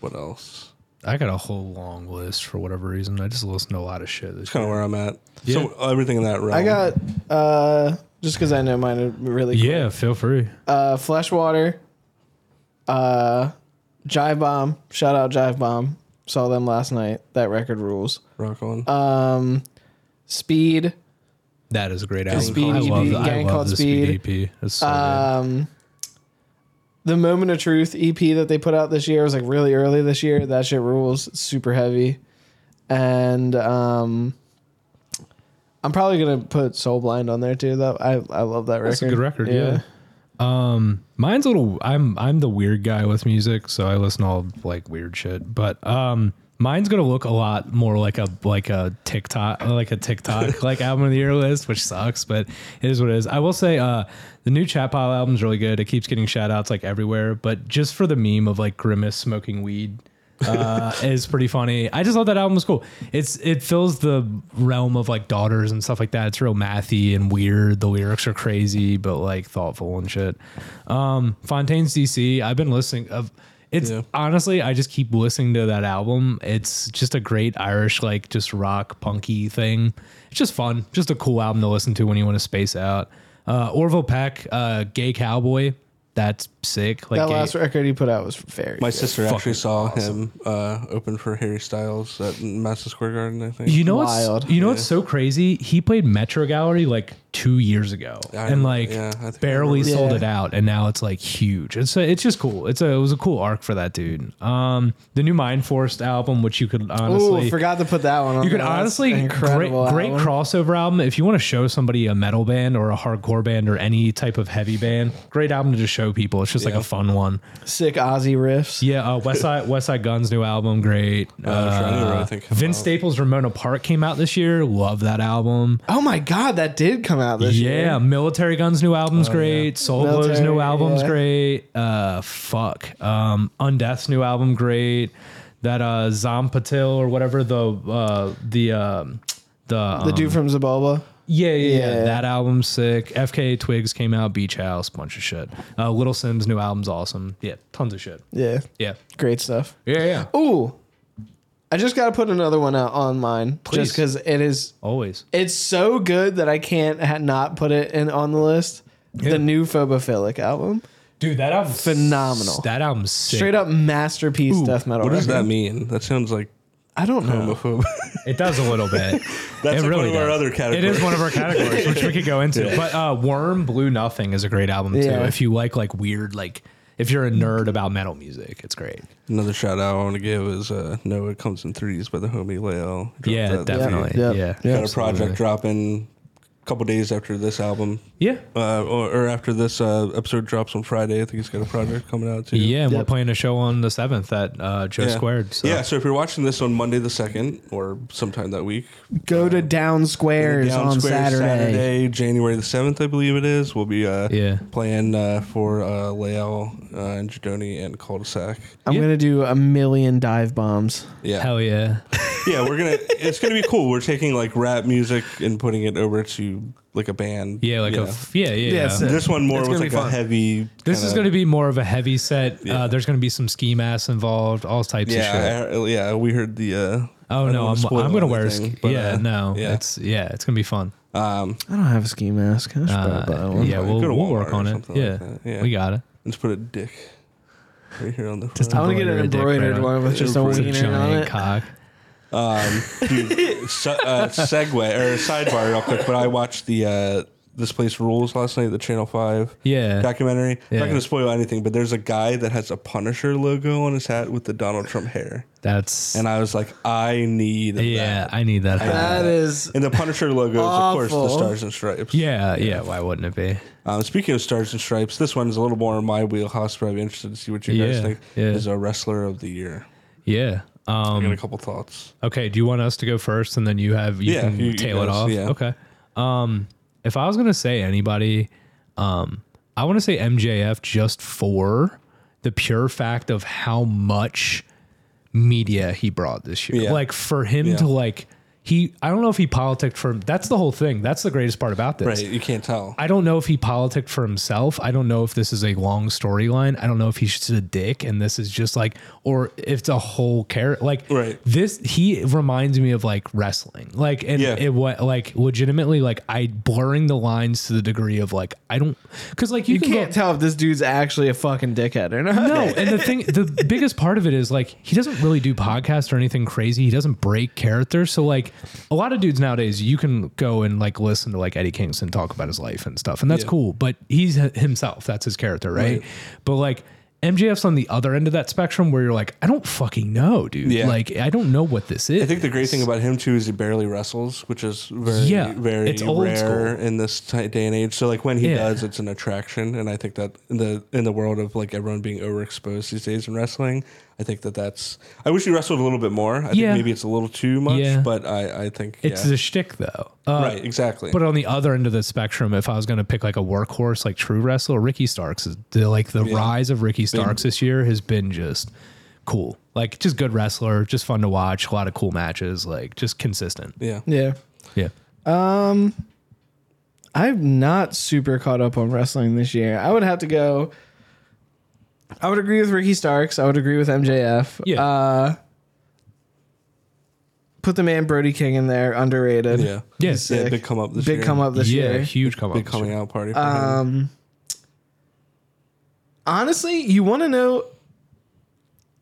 A: what else?
D: I got a whole long list for whatever reason. I just listened to a lot of shit. This
A: That's kind of where I'm at.
D: Yeah.
A: So everything in that realm.
C: I got uh just because I know mine are really cool.
D: Yeah, feel free.
C: Uh, Fleshwater. Uh, Jive Bomb. Shout out Jive Bomb. Saw them last night. That record rules.
A: rock on.
C: Um, Speed.
D: That is a great album.
C: Speed
D: I
C: EP,
D: love, I
C: Gang
D: love
C: Called
D: the Speed, EP. It's so good.
C: Um, the Moment of Truth EP that they put out this year was like really early this year. That shit rules. It's super heavy. And um, I'm probably gonna put Soul Blind on there too. Though I I love that record.
D: That's a good record. Yeah. Um, mine's a little. I'm I'm the weird guy with music, so I listen to all like weird shit. But um, mine's gonna look a lot more like a like a TikTok like a TikTok like album of the year list, which sucks, but it is what it is. I will say, uh, the new Chat Pile album's really good. It keeps getting shout outs like everywhere, but just for the meme of like grimace smoking weed. uh, is pretty funny. I just thought that album was cool. It's it fills the realm of like daughters and stuff like that. It's real mathy and weird. The lyrics are crazy, but like thoughtful and shit. Um, Fontaine's DC. I've been listening. Of it's
A: Yeah.
D: honestly, I just keep listening to that album. It's just a great Irish like just rock punky thing. It's just fun. Just a cool album to listen to when you want to space out. Uh, Orville Peck, uh, Gay Cowboy. That's sick. Like
C: That
D: gay-
C: last record he put out was very.
A: My
C: good.
A: sister
D: fucking
A: actually saw him uh, open for Harry Styles at Madison Square Garden, I think.
D: You know what's
C: Wild.
D: you know what's so crazy? He played Metro Gallery like two years ago,
A: I
D: and
A: remember-
D: like
A: yeah, I think I
D: barely
A: remember.
D: sold
C: Yeah.
D: it out, and now it's like huge. It's a, it's just cool. It's a it was a cool arc for that dude. Um, the new Mind Forced album, which you could honestly
C: Ooh, forgot to put that one. on
D: you could
C: there. That's
D: honestly
C: an
D: great great
C: incredible album.
D: crossover album if you want to show somebody a metal band or a hardcore band or any type of heavy band. Great album to just show people. It's just like
A: Yeah.
D: a fun one.
C: Sick Ozzy riffs.
D: Yeah, uh, West Side West Side Guns new album, great. Uh,
A: I'm trying to remember, I think, come
D: Vince
A: out.
D: Staples Ramona Park came out this year. Love that album.
C: Oh my god, that did come out this
D: yeah,
C: year.
D: Military Guns new album's great. Soul Blow's
C: Military,
D: new album's
C: yeah.
D: great. Uh, fuck. Um, Undeath's new album great. That uh, Zom Patil or whatever the uh, the um the
C: The
D: um,
C: dude from Zabalba.
D: Yeah, yeah, yeah,
C: Yeah.
D: That album's sick. FKA Twigs came out. Beach House, bunch of shit. Uh, Little Sims new album's awesome. Yeah, tons of shit.
C: Yeah,
D: Yeah,
C: great stuff.
D: yeah, yeah.
C: Ooh, I just got to put another one out on mine
D: Please.
C: just because it is
D: Always.
C: it's so good that I can't ha- not put it in on the list.
D: Yeah.
C: The new Phobophilic album,
D: Dude, that album's
C: Phenomenal.
D: That album's sick.
C: straight up masterpiece
A: Ooh,
C: death metal.
A: What does that
C: record.
A: mean? That sounds like
C: I
D: Oh.
C: don't know.
A: homophobic. [LAUGHS]
D: It does a little
C: [LAUGHS]
D: bit.
A: That's
D: it
A: like one
D: really
A: of our
D: does.
A: other categories.
D: It is one of our categories, which we could go
A: [LAUGHS]
D: into. But uh, Worm Blue Nothing is a great album too.
C: Yeah.
D: If you like like weird like if you're a nerd about metal music, it's great.
A: Another shout out I want to give is uh, No It Comes in Threes by the homie Lael. Dropped
D: yeah,
A: that this year.
D: definitely.
C: Yeah.
D: Yeah,
A: Got a
D: absolutely.
A: project dropping a couple days after this album,
D: Yeah.
A: uh, or, or after this uh, episode drops on Friday. I think he's got a project coming out too.
D: Yeah, and we're
C: Yep.
D: playing a show on the seventh at uh, Joe
A: Yeah.
D: Squared. So.
A: Yeah, so if you're watching this on Monday the second or sometime that week,
C: Go to Down Squares
A: Down
C: on
A: Square
C: Saturday.
A: Saturday, January the seventh, I believe it is. We'll be uh,
D: Yeah.
A: playing uh, for uh, Lael uh, and Jadoni and Cul-de-sac.
C: I'm
D: Yeah.
C: gonna do a million dive bombs.
A: Yeah,
D: Hell yeah.
A: yeah, we're gonna. It's gonna be cool. We're taking like rap music and putting it over to like a band.
D: Yeah, like
A: you
D: a
A: know.
D: f- yeah, yeah, yeah.
B: Yes.
A: this one more
B: It's
A: was
B: gonna
A: like
B: be
A: a
B: fun.
A: heavy.
D: This is going to be more of a heavy set.
A: Yeah.
D: Uh, there's going to be some ski masks involved, all types of shit.
A: Yeah, I- yeah. We heard the. Uh, I
D: Oh
A: don't
D: no,
A: wanna
D: I'm,
A: spoil
D: I'm gonna wear a
A: anything,
D: ski.
A: but,
D: yeah,
A: uh,
D: no,
A: [LAUGHS] yeah.
D: it's yeah, it's gonna be fun.
A: Um,
C: I don't have a ski mask. I should
D: Uh,
C: probably buy one.
D: yeah,
A: Like,
D: we'll,
A: go to
D: we'll
A: Walmart
D: work
A: or
D: on it.
A: something like
D: Yeah.
A: that, yeah.
D: we got it.
A: let's put a dick right here on the
D: Just
C: I
A: front.
C: want to get an
D: Embroidered dick
C: embroidered
D: right on-
C: one with just a
A: Embroidered
C: wiener on it.
D: cock.
A: Um, dude, se- uh, segue or sidebar real quick, but I watched the uh, this place rules last night, the Channel Five
D: Yeah.
A: documentary. I'm
D: Yeah.
A: not gonna spoil anything, but there's a guy that has a Punisher logo on his hat with the Donald Trump hair,
D: That's
A: and I was like, I need
D: yeah.
A: that.
D: I need that. hat.
C: That is
A: And the Punisher logo is, of course, the
C: Awful.
A: Stars and Stripes.
D: yeah, yeah. Why wouldn't it be?
A: Um, speaking of Stars and Stripes, this one's a little more in my wheelhouse, but I'd be interested to see what you guys
D: Yeah,
A: think.
D: yeah.
A: Is a wrestler of the year.
D: Yeah.
A: I got a
D: Um,
A: couple thoughts.
D: okay. Do you want us to go first, and then you have you
A: Yeah,
D: can
A: you- you
D: tail
A: go,
D: it off?
A: yeah.
D: Okay. Um, if I was gonna say anybody, um, I want to say MJF just for the pure fact of how much media he brought this year.
A: Yeah.
D: Like for him
A: Yeah.
D: to like he, I don't know if he politicked for. That's the whole thing. That's the greatest part about this.
A: Right, you can't tell.
D: I don't know if he politicked for himself. I don't know if this is a long storyline. I don't know if he's just a dick and this is just like, or if it's a whole character. Like
A: Right.
D: this, he reminds me of like wrestling. Like and
A: Yeah.
D: it what like legitimately like I blurring the lines to the degree of like I don't because like you,
C: you
D: can go-
C: can't tell if this dude's actually a fucking dickhead or not.
D: no, and the thing, the biggest part of it is like he doesn't really do podcasts or anything crazy. He doesn't break character. So like a lot of dudes nowadays, you can go and like listen to like Eddie Kingston talk about his life and stuff, and that's
A: Yeah.
D: cool. But he's h- himself. That's his character, right?
A: Right.
D: But like. MJF's on the other end of that spectrum where you're like, I don't fucking know, dude.
A: Yeah.
D: Like, I don't know what this is.
A: I think the great thing about him too is he barely wrestles, which is very,
D: Yeah,
A: very
D: it's old
A: rare
D: school.
A: in this ti- day and age. So like when he
D: Yeah.
A: does, it's an attraction, and I think that in the in the world of like everyone being overexposed these days in wrestling, I think that that's. I wish he wrestled a little bit more. I
D: Yeah.
A: think maybe it's a little too much,
D: Yeah.
A: but I I think
D: it's
A: yeah.
D: the shtick, though. Uh,
A: right exactly.
D: But on the other end of the spectrum, if I was going to pick like a workhorse, like true wrestler, Ricky Starks is the, like the rise of Ricky Starks this year has been just cool. Like just good wrestler, just fun to watch, a lot of cool matches, like just consistent.
A: yeah,
C: [LAUGHS] Yeah.
D: Yeah.
C: Um, I'm not super caught up on wrestling this year. I would have to go. I would agree with Ricky Starks. I would agree with MJF.
D: Yeah.
C: Uh, put the man Brody King in there. Underrated.
A: yeah,
D: Yes.
A: yeah.
C: Sick.
A: Big come up this
C: Big
A: year.
C: come up this
D: yeah,
C: year.
D: huge come up.
A: Big coming out party. For him.
C: Um, honestly, you want to know.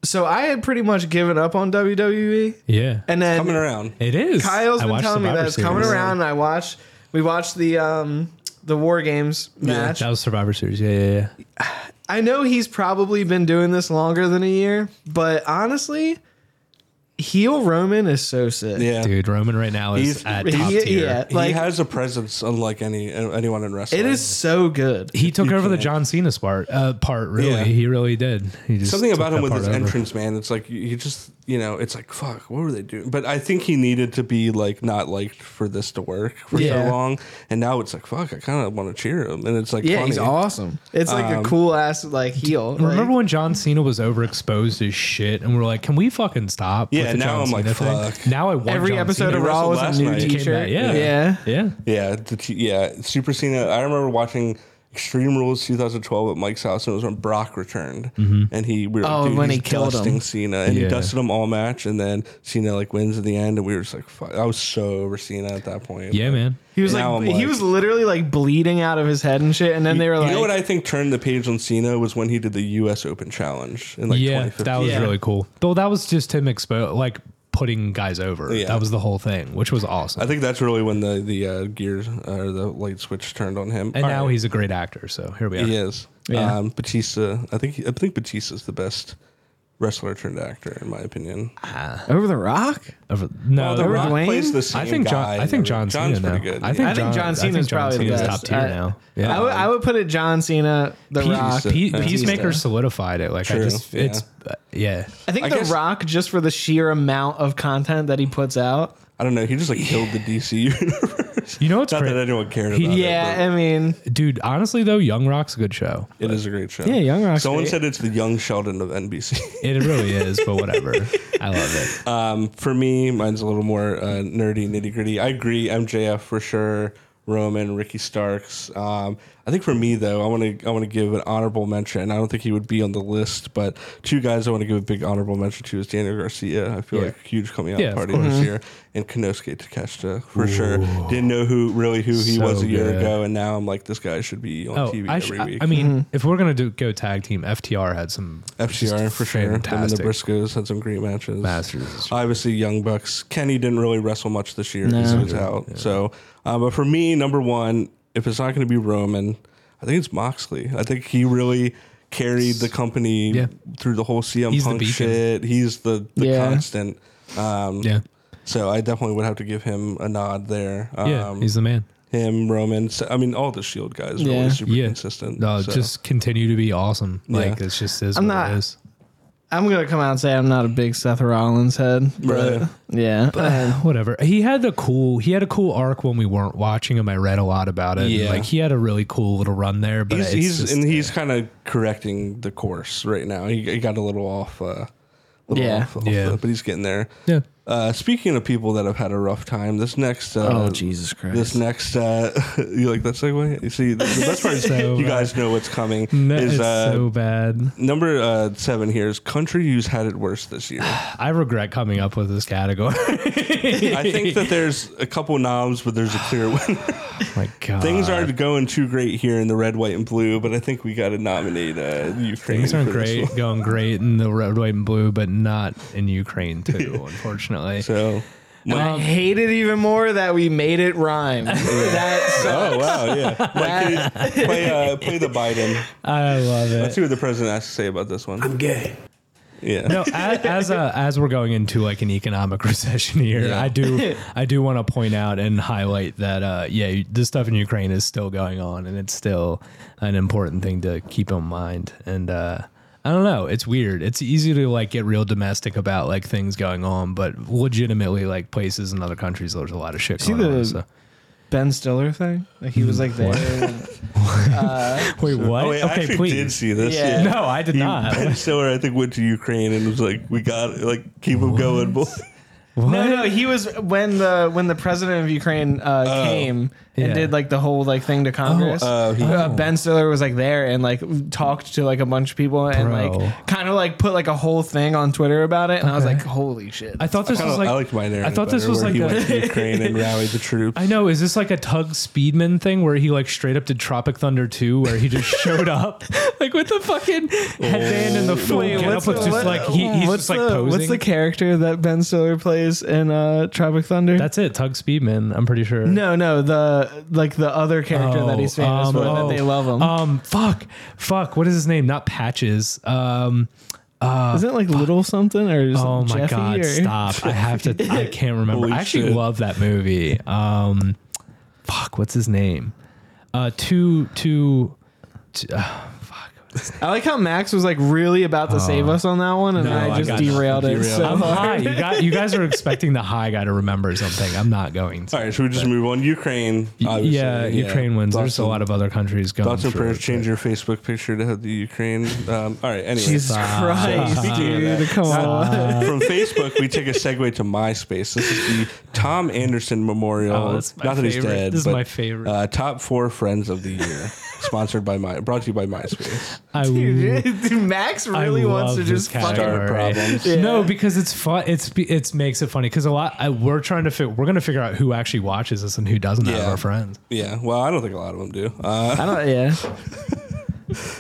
C: So I had pretty much given up on WWE,
D: Yeah.
C: and then
A: Coming around.
D: it is.
C: Kyle's
D: I
C: been
D: watched
C: telling me
D: Survivor
C: that it's coming
D: Series.
C: around. And I watched. We watched the um the War Games
D: Yeah,
C: match.
D: that was Survivor Series. Yeah, yeah, yeah.
C: I know he's probably been doing this longer than a year, but honestly, heel Roman is so sick.
A: yeah,
D: Dude, Roman right now is
A: He's-
D: at
C: He-
D: top tier.
C: yeah,
A: he
C: like
A: has a presence unlike any anyone in wrestling.
C: it is so good.
D: He took over the
A: can't-
D: John Cena part. Uh, part really,
A: Yeah.
D: he really did. He just
A: Something
D: took
A: about him
D: that
A: with
D: part
A: his
D: over.
A: entrance, man. It's like he just you know, it's like fuck, what were they doing? But I think he needed to be like not liked for this to work for
C: Yeah.
A: so long, and now it's like fuck, I kind of want to cheer him, and it's like
C: Yeah,
A: funny. Um,
C: he's awesome. It's like a cool ass like heel.
D: Remember
C: like,
D: when John Cena was overexposed as shit, and we are like, "Can we fucking stop?" with
A: Yeah,
D: the
A: now
D: John
A: I'm like,
D: Cena
A: fuck.
D: Thing? Now I want
C: every
D: John
C: episode
D: Cena.
C: of
A: He
C: Raw
A: wrestled
C: was
A: last
C: a new
A: night. He
D: Came
C: T-shirt.
D: back. Yeah,
C: yeah.
D: yeah.
A: Yeah, the t- yeah, Super Cena. I remember watching Extreme Rules 2012 at Mike's house, and it was when Brock returned, and he we were like,
C: Oh,
A: dude,
C: when
A: he's
C: he killed him.
A: dusting Cena, and
D: Yeah.
A: he dusted him all match, and then Cena like wins in the end, and we were just like, fuck. I was so over Cena at that point.
D: Yeah, man.
B: He was
A: Now
B: like,
A: I'm
B: he
A: like-
B: was literally like bleeding out of his head and shit. And then they were
A: You
B: like,
A: know what I think turned the page on Cena was when he did the U.S. Open Challenge in like
D: yeah,
A: 2015.
D: that was
B: Yeah.
D: really cool. Though that was just him expo like putting guys over.
A: Yeah.
D: That was the whole thing, which was awesome.
A: I think that's really when the the uh, gears or the light switch turned on him.
D: and
A: All
D: now
A: right.
D: he's a great actor. So here we are.
A: he is.
B: Yeah.
A: Um, Batista, I think I think Batista's the best wrestler turned actor in my opinion.
B: "Ah, over the Rock.
D: Over- No,
A: Well, The
D: there-
A: Rock
B: Dwayne?
A: plays the same
D: I think John.
A: guy.
D: I think John
A: John's
D: Cena.
A: pretty
D: now.
A: good.
D: I think
B: I think John
D: John
B: Cena's
D: John
B: probably the
D: Cena's
B: best.
D: top tier
B: I-
D: now.
B: I would I would put it John Cena, The
D: Pe-
B: Rock.
A: Batista.
D: Pe-
A: Batista.
D: Peacemaker solidified it. Like I
A: True,
D: just,
A: yeah.
D: it's uh, yeah.
B: I think
A: I
B: The
A: guess-
B: Rock, just for the sheer amount of content that he puts out.
A: I don't know. He just like killed the
B: [LAUGHS]
A: DC universe.
D: You know what's
A: Not that
D: great,
A: anyone cared
D: He-
A: about
B: yeah,
A: it.
B: I mean,
D: dude? Honestly though, Young Rock's a good show.
A: but It is a great show.
B: Yeah, Young Rock's
A: Someone
B: great.
A: said it's the young Sheldon of NBC.
D: It really is, but whatever.
A: [LAUGHS]
D: I love it.
A: um, for me, mine's a little more uh, nerdy, nitty gritty. I agree, MJF for sure. Roman, Ricky Starks. Um, I think for me though, I want to I want to give an honorable mention. I don't think he would be on the list, but two guys I want to give a big honorable mention to is Daniel Garcia. I feel
D: Yeah.
A: like a huge coming out
D: Yeah, of
A: party this year, and Kanosuke Takeshita for sure. Didn't know who really who he
D: So
A: was a year
D: good.
A: ago, and now I'm like this guy should be on
D: Oh,
A: TV
D: I, sh-
A: every
D: I-
A: week.
D: I mean,
B: Mm-hmm.
D: if we're gonna do go tag team, FTR had some
A: FCR
D: just
A: for sure. Them and the
D: fantastic
A: Briscoes had some great matches.
D: masters.
A: Obviously, Young Bucks. Kenny didn't really wrestle much this year because
B: No.
A: he was out. So, uh, but for me, number one, if it's not going to be Roman, I think it's Moxley. I think he really carried the company
D: Yeah.
A: through the whole CM
D: He's the
A: Punk
D: beacon.
A: shit. He's the, the
B: Yeah.
A: constant. Um,
D: Yeah,
A: So I definitely would have to give him a nod there. Um,
D: yeah, he's the man.
A: him, Roman. So, I mean, all the Shield guys are
B: Yeah.
A: always super
D: Yeah.
A: consistent.
D: No,
A: so.
D: just continue to be awesome. Like
A: Yeah.
D: it's just is
B: I'm
D: what
B: not-
D: it is.
B: I'm gonna come out and say I'm not a big Seth Rollins head. But
A: Right.
B: Yeah, [SIGHS]
D: Whatever. He had the cool. He had a cool arc when we weren't watching him. I read a lot about it.
A: Yeah.
D: Like he had a really cool little run there. But
A: he's,
D: it's
A: he's
D: just-
A: and he's kind of correcting the course right now. He, he got a little off. Uh, little
B: Yeah.
A: off- off
D: Yeah.
A: the- but he's getting there.
D: yeah.
A: Uh, speaking of people that have had a rough time, this next. Uh,
B: oh Jesus Christ!
A: This next, uh, [LAUGHS] you like that segue? You see, the, the best part is
D: [LAUGHS] So uh,
A: you guys know what's coming.
D: [LAUGHS] No,
A: is
D: it's
A: uh,
D: so bad.
A: number uh, seven here is country who's had it worse this year.
D: I regret coming up with this category. [LAUGHS] Oh
A: I think that there's a couple knobs, but there's a clear
D: [SIGHS]
A: winner.
D: My God,
A: [LAUGHS] Things aren't going too great here in the red, white, and blue, but I think we got to nominate uh, Ukraine.
D: Things aren't
A: for [LAUGHS] this
D: great,
A: one.
D: going great in the red, white, and blue, but not in
A: [LAUGHS]
D: Ukraine too, unfortunately.
A: So,
B: I hate it even more that we made it
A: [LAUGHS]
B: rhyme. That's
A: Oh wow, yeah. Mike,
D: [LAUGHS]
A: can you play uh, play the Biden.
D: I love
A: Let's [LAUGHS]
D: it.
A: see what the president has to say about this one. I'm gay. Yeah.
D: No, as as, uh, as we're going into like an economic [LAUGHS] recession here,
A: Yeah.
D: I do I do want to point out and highlight that uh, yeah, this stuff in Ukraine is still going on, and it's still an important thing to keep in mind. And uh, I don't know, it's weird. It's easy to like get real domestic about like things going on, but legitimately, like places in other countries, there's a lot of shit
B: See
D: going on.
B: the-
D: So.
B: Ben Stiller thing. Like he was like there.
D: Wait, what?
A: Oh, wait, I actually did see this.
B: Yeah.
A: Yeah.
D: No, I did
A: He-
D: not.
A: Ben Stiller, I think, [LAUGHS] went to Ukraine and was like, "We got it, like keep them going, boy."
B: No, no, he was when the when the president of Ukraine uh, came
D: Oh. Yeah.
B: and did like the whole like thing to Congress.
A: Oh, uh, he-
B: uh, Ben Stiller was like there and like talked to like a bunch of people and
D: Bro.
B: like kind of like put like a whole thing on Twitter about it. And I was
D: Okay.
B: like, holy shit!
D: I thought this
A: Kinda-
D: was like
A: I liked my narrative.
D: I thought this
A: better,
D: was
A: where
D: like
A: he
D: a-
A: went to Ukraine
D: [LAUGHS]
A: and rallied the troops.
D: I know. Is this like a Tug Speedman thing where he like straight up did Tropic Thunder 2 where he just showed up [LAUGHS] like with the fucking headband and the full
A: Wait,
D: get up
B: what's
D: with
B: the-
D: just
B: what-
D: like he, he's
B: what's
D: just like
B: the,
D: posing.
B: What's the character that Ben Stiller plays in uh, Tropic Thunder?
D: That's it, Tug Speedman. I'm pretty sure.
B: no, no, the like the other character that he's famous
D: um,
B: for
D: oh,
B: that they love him.
D: Um, fuck, fuck. What is his name? Not Patches. Um, uh,
B: Isn't it like little something or is
D: oh
B: it
D: my
B: Jeffy
D: god,
B: or-
D: stop! I have to. I can't remember.
A: Holy
D: I actually
A: shit.
D: love that movie. Um, fuck, what's his name? Uh, two, two, two uh, fuck.
B: I like how Max was like really about to save
A: Oh.
B: us on that one, and
D: No,
B: I
D: I
B: just
D: got
B: derailed it.
D: derailed.
B: So
C: [LAUGHS]
D: I'm high. You, got, you guys are expecting the high guy to remember something. I'm not going. To.
A: All right, should we just move on? Ukraine. obviously.
D: yeah, Ukraine wins.
A: Thoughts
D: There's a
A: and-
D: lot of other countries going.
A: Thoughts and
D: through
A: prayers.
D: it,
A: Change your Facebook picture to the Ukraine. Um, all right.
B: [LAUGHS]
A: Anyway,
B: Jesus Christ,
A: Speaking of
B: dude!
A: that,
B: Come on.
D: Uh,
A: from Facebook, we take a segue to MySpace. This is the Tom Anderson Memorial.
D: Oh, that's my
A: Not that he's
D: favorite.
A: dead.
D: This is
A: but,
D: my favorite.
A: Uh, top four friends of the year, sponsored by my, brought to you by MySpace.
D: but I
B: Dude, [LAUGHS] dude, Max
D: I
B: really wants
D: love
B: to
D: this
B: just fucking.
A: Start
D: category.
A: problems.
D: No, because it's fun. It's it makes it funny because a lot I, we're trying to fi- we're going to figure out who actually watches this and who doesn't out of
A: Yeah.
D: our friends.
A: Yeah. Well, I don't think a lot of them do.
B: I don't. Yeah.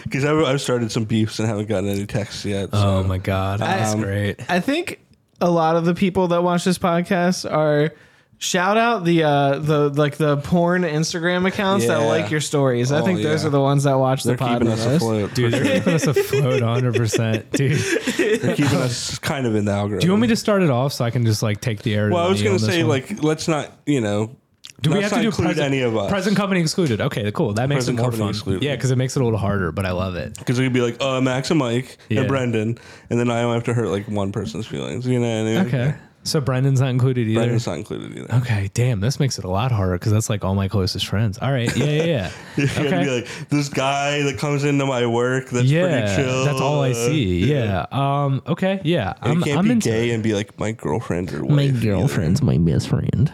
A: Because I've, I've started some beefs and haven't gotten any texts yet. So.
D: Oh my god, that's
B: Um,
D: great.
B: I think a lot of the people that watch this podcast are shout out the uh the like the porn Instagram accounts that
A: Yeah.
B: like your stories. I
A: Oh,
B: think those
A: yeah.
B: are the ones that watch
A: They're
B: the pod
A: keeping
B: with
A: us
B: us.
A: afloat. for
D: Dude,
A: sure.
D: they're keeping us afloat 100%. Dude, do
A: They're keeping us kind of in the algorithm.
D: you want me to start it off so I can just like take the air?
A: Well, I was
D: going
A: gonna
D: to
A: say like let's not you know.
D: do we
A: let's
D: have
A: not
D: to do
A: include
D: present,
A: any of us?
D: Present company excluded. Okay, cool. That makes
A: Present
D: it more
A: company
D: fun.
A: excluded.
D: Yeah, because it makes it a little harder, but I love it.
A: Because we could be like, uh, Max and Mike
D: Yeah.
A: and Brendan, and then I don't have to hurt like one person's feelings. You know what I mean?
D: Okay. So Brendan's not included either.
A: Brendan's not included either.
D: Okay, damn, this makes it a lot harder because that's like all my closest friends. All right, yeah, yeah, yeah.
A: [LAUGHS] You're gonna be
D: Okay.
A: like this guy that comes into my work. That's
D: yeah,
A: pretty chill.
D: that's all I
A: uh,
D: see. Yeah. Um. Okay. Yeah.
A: You
D: I'm.
A: can't
D: I'm
A: be
D: into
A: gay and be like my girlfriend or wife. either.
E: my best friend.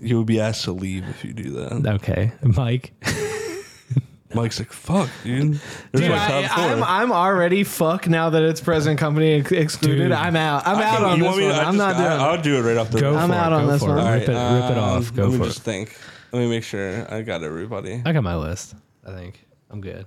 A: You would be asked to leave if you do that.
D: Okay, Mike.
A: Mike's like, fuck, dude. There's
B: Dude,
A: my
B: I,
A: top four.
B: I'm I'm already fuck now that it's present company ex- excluded.
D: Dude.
B: I'm out. I'm
A: I
B: out
A: can-
B: on
A: you
B: this
A: want
B: one.
A: me to- I
B: I'm not
A: just-
B: doing.
A: I,
B: it.
A: I'll do it right off the.
D: Go
A: bat.
B: I'm
D: for
B: out
D: it.
B: on
D: Go
B: this
D: for
B: one.
D: It.
A: All
D: Rip, it,
A: right,
D: rip it
A: um,
D: off. Go
A: Let me
D: for
A: just
D: it.
A: think. Let me make sure I got everybody.
D: I got my list. I think I'm good.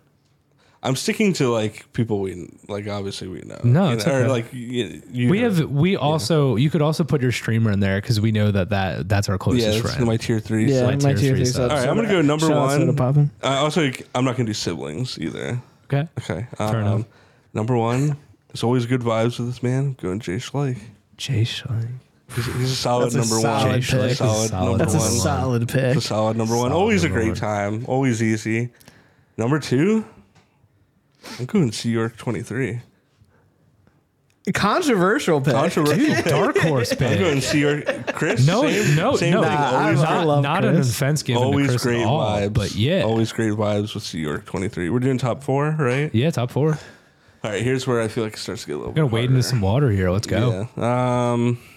A: I'm sticking to like people we like. Obviously, we know.
D: No,
A: You
D: it's
A: know, or
D: okay.
A: like you, you
D: We
A: know.
D: have. We also. You could also put your streamer in there because we know that that that's our
A: yeah.
D: closest
A: That's
D: friend.
A: my tier three.
C: Yeah,
A: so-
C: my
D: tier
C: tier
D: three
C: three.
D: sucks.
C: sucks.
A: All right, I'm gonna go number
C: Shout out
A: one.
C: Soda Poppin'.
A: I also, I'm not gonna do siblings either.
D: okay.
A: Okay. um,
D: Fair enough.
A: Number one. It's always good vibes with this man. I'm going Jay Schleich.
D: Jay Schleich.
A: He's, he's a solid
C: That's a
A: number
C: solid
A: one.
C: pick.
A: Solid,
D: That's a solid
A: number
C: That's a
A: one.
D: sol-
C: solid
A: It's
C: pick.
A: a solid number one.
D: Solid
A: Always a
D: number
A: great
D: one.
A: time. Always easy. Number two. I'm going New York 23.
B: Controversial pick.
A: Controversial.
D: Dark
A: [LAUGHS]
D: horse
A: I'm
D: pick.
A: going to see your Chris.
D: No,
A: same,
D: no,
A: same
D: no.
A: Thing.
C: I
A: Always,
C: love-
D: not not an
C: Chris.
D: offense given to
A: always
D: Chris
A: great
D: at all,
A: vibes.
D: but yeah,
A: always great vibes with New York 23. We're doing top four, right?
D: yeah, top four.
A: All right. Here's where I feel like it starts to get a little.
D: I'm gonna wade into some water here. Let's go.
A: Yeah. Um.
B: [LAUGHS]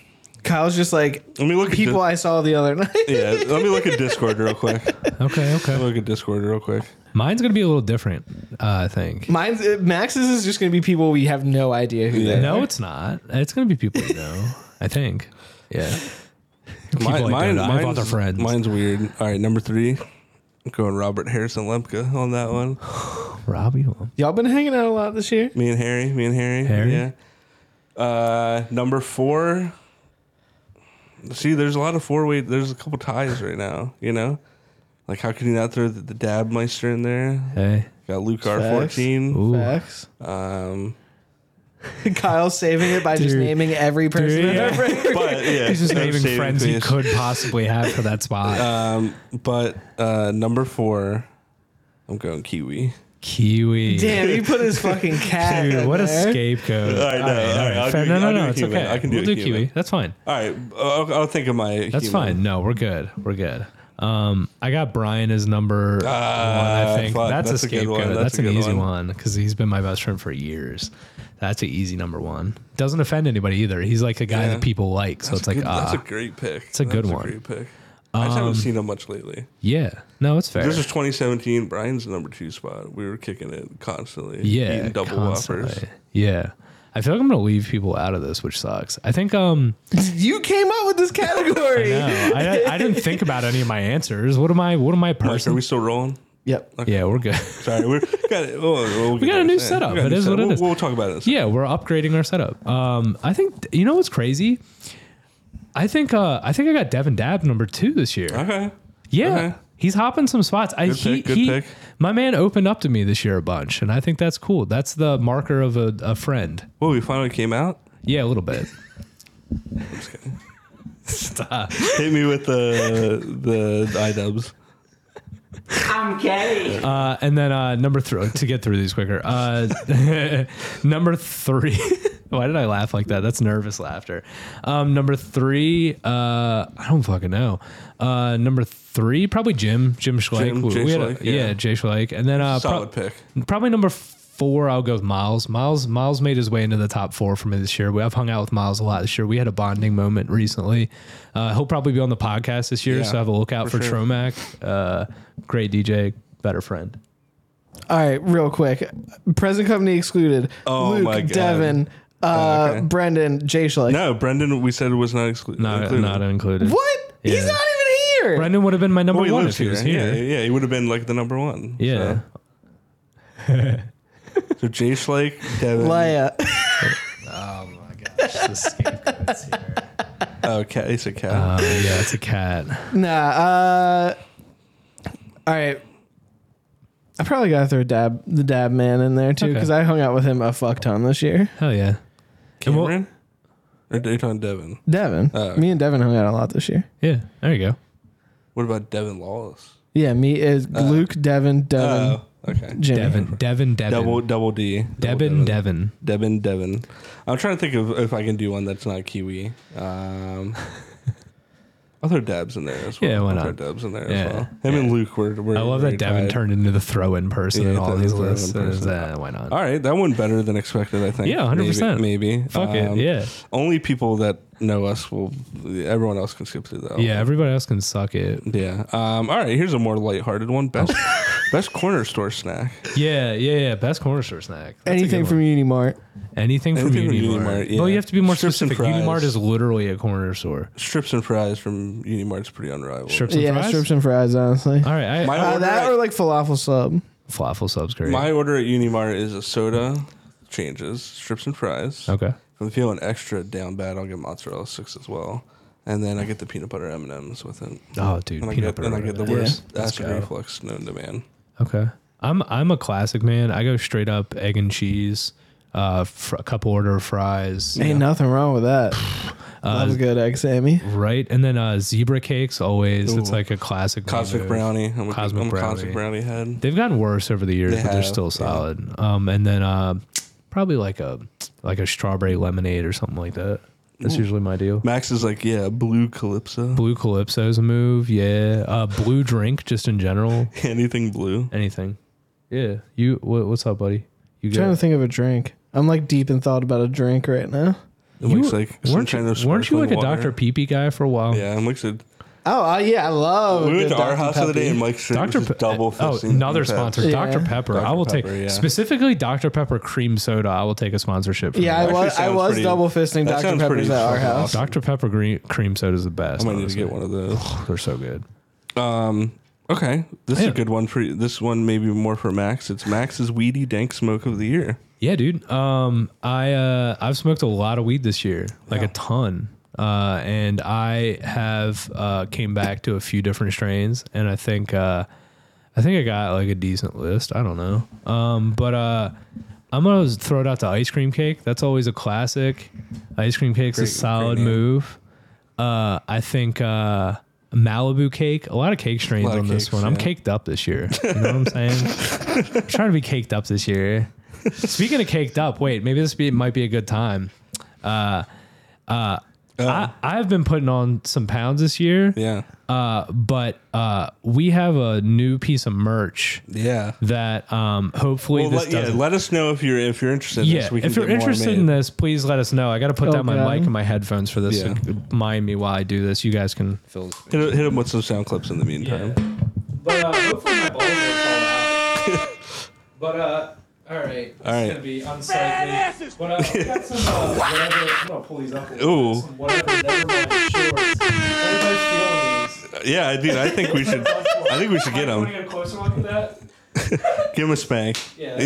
B: Kyle's just like
A: Let me look
B: people
A: at
B: I saw the other night.
A: [LAUGHS]
B: [LAUGHS]
A: di- yeah. Let me look at Discord real
D: [LAUGHS]
A: quick. Let
D: Okay,
A: me
D: okay.
A: look at Discord real quick.
D: Mine's gonna be a little different, uh, I think.
B: Mine's uh, Max's is just gonna be people we have no idea who.
A: Yeah.
B: they are.
D: No, it's not. It's gonna be people you know. I think.
A: [LAUGHS]
D: Yeah. People like that. I bought their
A: mine's-
D: friends.
A: Mine's weird. All right, number three. I'm going Robert Harrison Lemke on that one.
D: Robbie. Lum-
B: Y'all been hanging out a lot this year.
A: Me and Harry. Me and Harry.
D: Harry?
A: Yeah. Uh, number four. See, there's a lot of four way. There's a couple ties right now. You know, like how can you not throw the, the Dab Meister in there?
D: Hey.
A: Got Luke R
B: Facts.
A: fourteen.
D: Ooh.
B: Facts.
A: Um,
B: [LAUGHS] Kyle's saving it by just
D: Dude.
B: naming every person.
D: Dude,
B: in our friend group.
A: [LAUGHS] but [LAUGHS] yeah,
D: He's just
A: no
D: naming
A: saving
D: friends he
A: face.
D: could possibly have for
A: [LAUGHS]
D: that spot.
A: Um, but uh, number four, I'm going Kiwi.
D: Kiwi.
B: Damn, he put his fucking cat.
D: [LAUGHS] Dude,
B: in
D: what a
B: there.
D: scapegoat.
A: All right, no, all right, I'll
D: Fair-
A: do-
D: no, no,
A: I'll do
D: no.
A: a
D: It's
A: human.
D: okay.
A: I can do
D: we'll
A: a
D: do
A: human.
D: Kiwi. That's fine.
A: All right, I'll, I'll think of my.
D: That's
A: human.
D: fine. No, we're good. We're good. Um, I got Brian as number one. I think
A: Ah, fuck,
D: that's,
A: that's
D: a
A: a good
D: scapegoat.
A: one.
D: That's,
A: That's a
D: an
A: good
D: easy
A: one.
D: one because he's been my best friend for years. That's an easy number one. Doesn't offend anybody either. He's like a guy
A: Yeah.
D: that people like. So
A: That's
D: it's
A: a
D: like,
A: good- that's
D: ah,
A: a great pick.
D: it's a good
A: That's
D: one. Um,
A: great pick. I just haven't seen him much lately.
D: yeah. No, it's fair.
A: This is 2017. Brian's the number two spot. We were kicking it constantly.
D: yeah,
A: eating double
D: constantly.
A: whoppers.
D: Yeah. I feel like I'm gonna leave people out of this, which sucks. I think um
B: You came up with
D: [LAUGHS]
B: this category.
D: no, I, I didn't think about any of my answers. What am I? What am I
A: Mike, are
D: person?
A: we [LAUGHS] still rolling?
C: Yep.
D: yeah, we're good.
A: Sorry, we're [LAUGHS] got it. Oh, we'll get
D: got a
A: there
D: new
A: in second.
D: setup.
A: We got a
D: It
A: new
D: is what
A: setup.
D: it
A: We'll-
D: is.
A: We'll talk about it. in a second.
D: Yeah, we're upgrading our setup. Um, I think you know what's crazy. I think uh, I think I got Devin Dab number two this year.
A: Okay.
D: yeah,
A: okay.
D: he's hopping some spots. I
A: Good
D: he,
A: pick, good
D: he-
A: pick.
D: my man opened up to me this year a bunch, and I think that's cool. That's the marker of a, a friend.
A: Well, we finally came out.
D: Yeah, a little bit.
A: Hit me with the the idubs.
E: I'm gay.
D: Uh, and then uh, number three to get through these quicker. Uh, [LAUGHS] number three. [LAUGHS] Why did I laugh like that? That's nervous laughter. Um, number three. Uh, I don't fucking know. Uh, number three, probably Jim. Jim Schleich.
A: Jim,
D: We-
A: Jay
D: we had
A: Schleich,
D: a,
A: yeah.
D: yeah. Jay Schleich. And then uh,
A: Solid pick.
D: Probably number four. I'll go with Miles. Miles. Miles made his way into the top four for me this year. We, I've hung out with Miles a lot this year. We had a bonding moment recently. Uh, he'll probably be on the podcast this year,
A: Yeah,
D: so have a lookout
A: for
D: for,
A: sure.
D: Tromac. Uh, great DJ, better friend.
C: All right, real quick. Present company excluded.
A: Oh
C: Luke,
A: my God.
C: Devin, uh,
D: Oh,
A: okay.
C: Brendan, Jay Schleich.
A: No, Brendan, we said was not excluded.
D: Not not included.
C: What? He's
D: Yeah.
C: not even here.
D: Brendan would have been my number
A: Well, he
D: one
A: lives
D: if he
A: here.
D: was here.
A: Yeah, yeah, he would have been like the number one.
D: Yeah.
A: So, so Jay Schlake, Devin.
C: Leia. [LAUGHS]
A: Oh, cat. It's a cat.
D: [LAUGHS] Um, yeah, it's a cat.
C: nah. Uh, all right. I probably gotta throw dab the dab man in there too
D: Okay.
C: because I hung out with him a fuck ton this year.
D: Hell yeah. and we'll-
A: Cameron. Or are you talking Devin?
C: Devin,
A: Oh.
C: me and Devin hung out a lot this year.
D: Yeah, there you go.
A: What about Devin Lawless?
C: Yeah, me is Luke, Devin, Devin,
A: Oh, okay.
C: Jimmy.
D: Uh, Devin, Devin, Devin.
A: Double double D. Double
D: Devin, Devin.
A: Devin Devin. I'm trying to think of if I can do one that's not Kiwi.
D: [LAUGHS]
A: Um, I'll throw Dabs in there as well.
D: Yeah, why
A: I'll throw
D: not?
A: Dabs in there
D: Yeah,
A: as well. Him and Luke were. were
D: I love
A: were
D: that Devin
A: tied.
D: turned into the throw in person
A: Yeah,
D: in all
A: the
D: these
A: throw-in
D: lists. It is,
A: person.
D: uh, why not?
A: All right, that one better than expected. I think.
D: Yeah, 100%.
A: Maybe. maybe.
D: Fuck it,
A: Um,
D: yeah.
A: Only people that know us will. Everyone else can skip through that.
D: Yeah, everybody else can suck it.
A: Yeah. Um, all right. Here's a more lighthearted one. Best
D: Oh. [LAUGHS]
A: best corner store snack.
D: Yeah, yeah, yeah. Best corner store snack. That's a
C: Anything
D: good
C: from
D: one.
C: Unimart.
D: anything from
A: Anything from
D: Unimart.
A: Unimart, yeah.
D: Well, you have to be more
A: Strips and
D: specific.
A: fries.
D: Unimart is literally a corner store.
A: Strips and fries from Unimart's pretty unrivaled.
D: Strips and
C: Yeah,
D: fries.
C: strips and fries. Honestly,
D: All right, I,
A: My
C: uh,
A: order
C: that
A: at-
C: or like falafel sub.
D: falafel subs great.
A: My order at Unimart is a soda, changes, strips and fries.
D: okay.
A: If I'm feeling extra down bad, I'll get mozzarella sticks as well, and then I get the peanut butter M and M's with it.
D: Oh, dude,
A: And I
D: peanut
A: get, and I
D: butter
A: get the
D: M&Ms.
A: worst
D: Let's
A: acid
D: go.
A: reflux known to man.
D: Okay. I'm I'm a classic man. I go straight up egg and cheese, uh, fr- a couple order of fries,
C: Ain't nothing wrong
A: [SIGHS]
C: with that.
D: Uh,
C: Loves good egg, Sammy.
D: right? And then uh, zebra cakes always. It's
A: Ooh.
D: like a classic. man
A: Cosmic
D: move.
A: brownie. I'm a,
D: Cosmic
A: I'm a cosmic
D: brownie.
A: brownie head.
D: They've gotten worse over the years,
A: They
D: but they're
A: have,
D: still
A: yeah.
D: solid. Um, and then uh, probably like a like a strawberry lemonade or something like that. That's usually my deal.
A: Max is like, yeah, blue calypso,
D: Blue calypso is a move. Yeah. Uh, blue drink just in
A: [LAUGHS]
D: general.
A: anything blue.
D: Anything. Yeah. You. What, what's up, buddy? You
C: trying
D: got-
C: to think of a drink. I'm like deep in thought about a drink right now.
A: It looks like some
D: weren't,
A: kind
D: you,
A: of
D: weren't you like
A: sparkling
D: a
A: water.
D: Dr. Peepee guy for a while?
A: Yeah, I'm like, said-
C: Oh, uh, yeah, I love. a
A: we went
C: good
A: to our
C: Dr.
A: house the other day
C: Pepper.
A: and Mike said
D: Dr. Pe-
A: double.
D: oh,
A: fisting
D: another
A: Peps.
D: sponsor,
C: Yeah.
D: Dr. Pepper.
A: Dr.
D: I will
A: Pepper,
D: take
A: yeah.
D: specifically Dr. Pepper cream soda. I will take a sponsorship. From
C: Yeah, I
A: [LAUGHS]
D: that.
A: Actually
C: was I
A: sounds
C: was
A: pretty-
C: double fisting
A: that
C: Dr
A: sounds
C: Pepper's
A: pretty
C: at our
A: fucking
C: house.
A: awesome.
D: Dr. Pepper green, cream soda is the best.
A: I might need to get one of those.
D: [LAUGHS] They're so good.
A: Um, okay, this is
D: Yeah.
A: a good one for you. This one maybe more for Max. It's Max's weedy dank smoke of the year.
D: Yeah, dude. Um, I uh, I've smoked a lot of weed this year, like a ton. Uh, and I have uh, came back to a few different strains, and I think uh, I think I got like a decent list. I don't know. Um, but uh, I'm gonna throw it out to ice cream cake. That's always a classic. Ice cream cake's
A: Great-
D: a solid
A: great name.
D: move. Uh, I think uh, Malibu cake. A lot of cake strains
A: Lot of
D: on this
A: cakes,
D: one. I'm
A: yeah.
D: caked up this year. You know what
A: [LAUGHS]
D: I'm saying? I'm trying to be caked up this year. Speaking of caked up, wait, maybe this be, might be a good time. Uh,
A: Uh-huh.
D: uh, I, I've been putting on some pounds this year,
A: Yeah,
D: uh, but uh, we have a new piece of merch
A: yeah.
D: that um, hopefully
A: Well,
D: this
A: let, yeah,
D: doesn't-
A: let us know if you're if you're interested. In
D: yeah,
A: this. We can
D: if you're
A: get more
D: interested
A: made.
D: in this, please let us know. I got to put down my
C: Okay.
D: mic and my headphones for this.
A: Yeah.
D: So mind me while I do this. You guys can fill. This.
A: hit, hit him with some sound clips in the meantime.
D: But uh, hopefully my balls will fall out. but uh, all right. It's
A: right.
D: gonna be unsightly. But uh, we got some uh, whatever. I'm gonna pull these up. a little
A: Ooh.
D: bit, Some whatever. Nevermind shorts. Everybody's feeling these.
A: Yeah, dude, I think we should. I think we should get
D: Want to
A: him.
D: get a closer look at that?
A: Give him a spank.
D: Yeah.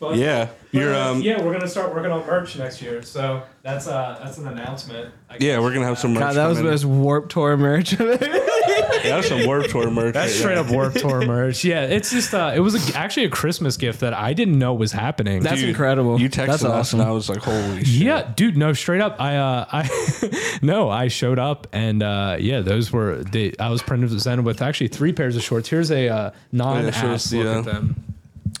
D: But-
A: Yeah, you're um.
D: yeah, we're gonna start working on merch next year, so that's uh that's an announcement. I
A: Yeah,
D: guess.
A: we're gonna have some merch.
C: God, that was the
A: coming.
C: most warped tour merch I've ever
A: That's [LAUGHS] some warp tour merch.
D: That's
A: right
D: straight
A: there.
D: up
A: [LAUGHS]
D: Warp Tour merch. Yeah, it's just uh, it was a, actually a Christmas gift that I didn't know was happening.
C: That's incredible.
A: You texted us
C: That's awesome.
A: and I was like, holy shit.
D: yeah, dude. No, straight up. I uh, I [LAUGHS] no, I showed up and uh, yeah, those were they, I was presented with actually three pairs of shorts. Here's a uh, non ass
A: shorts,
D: look
A: yeah.
D: at them.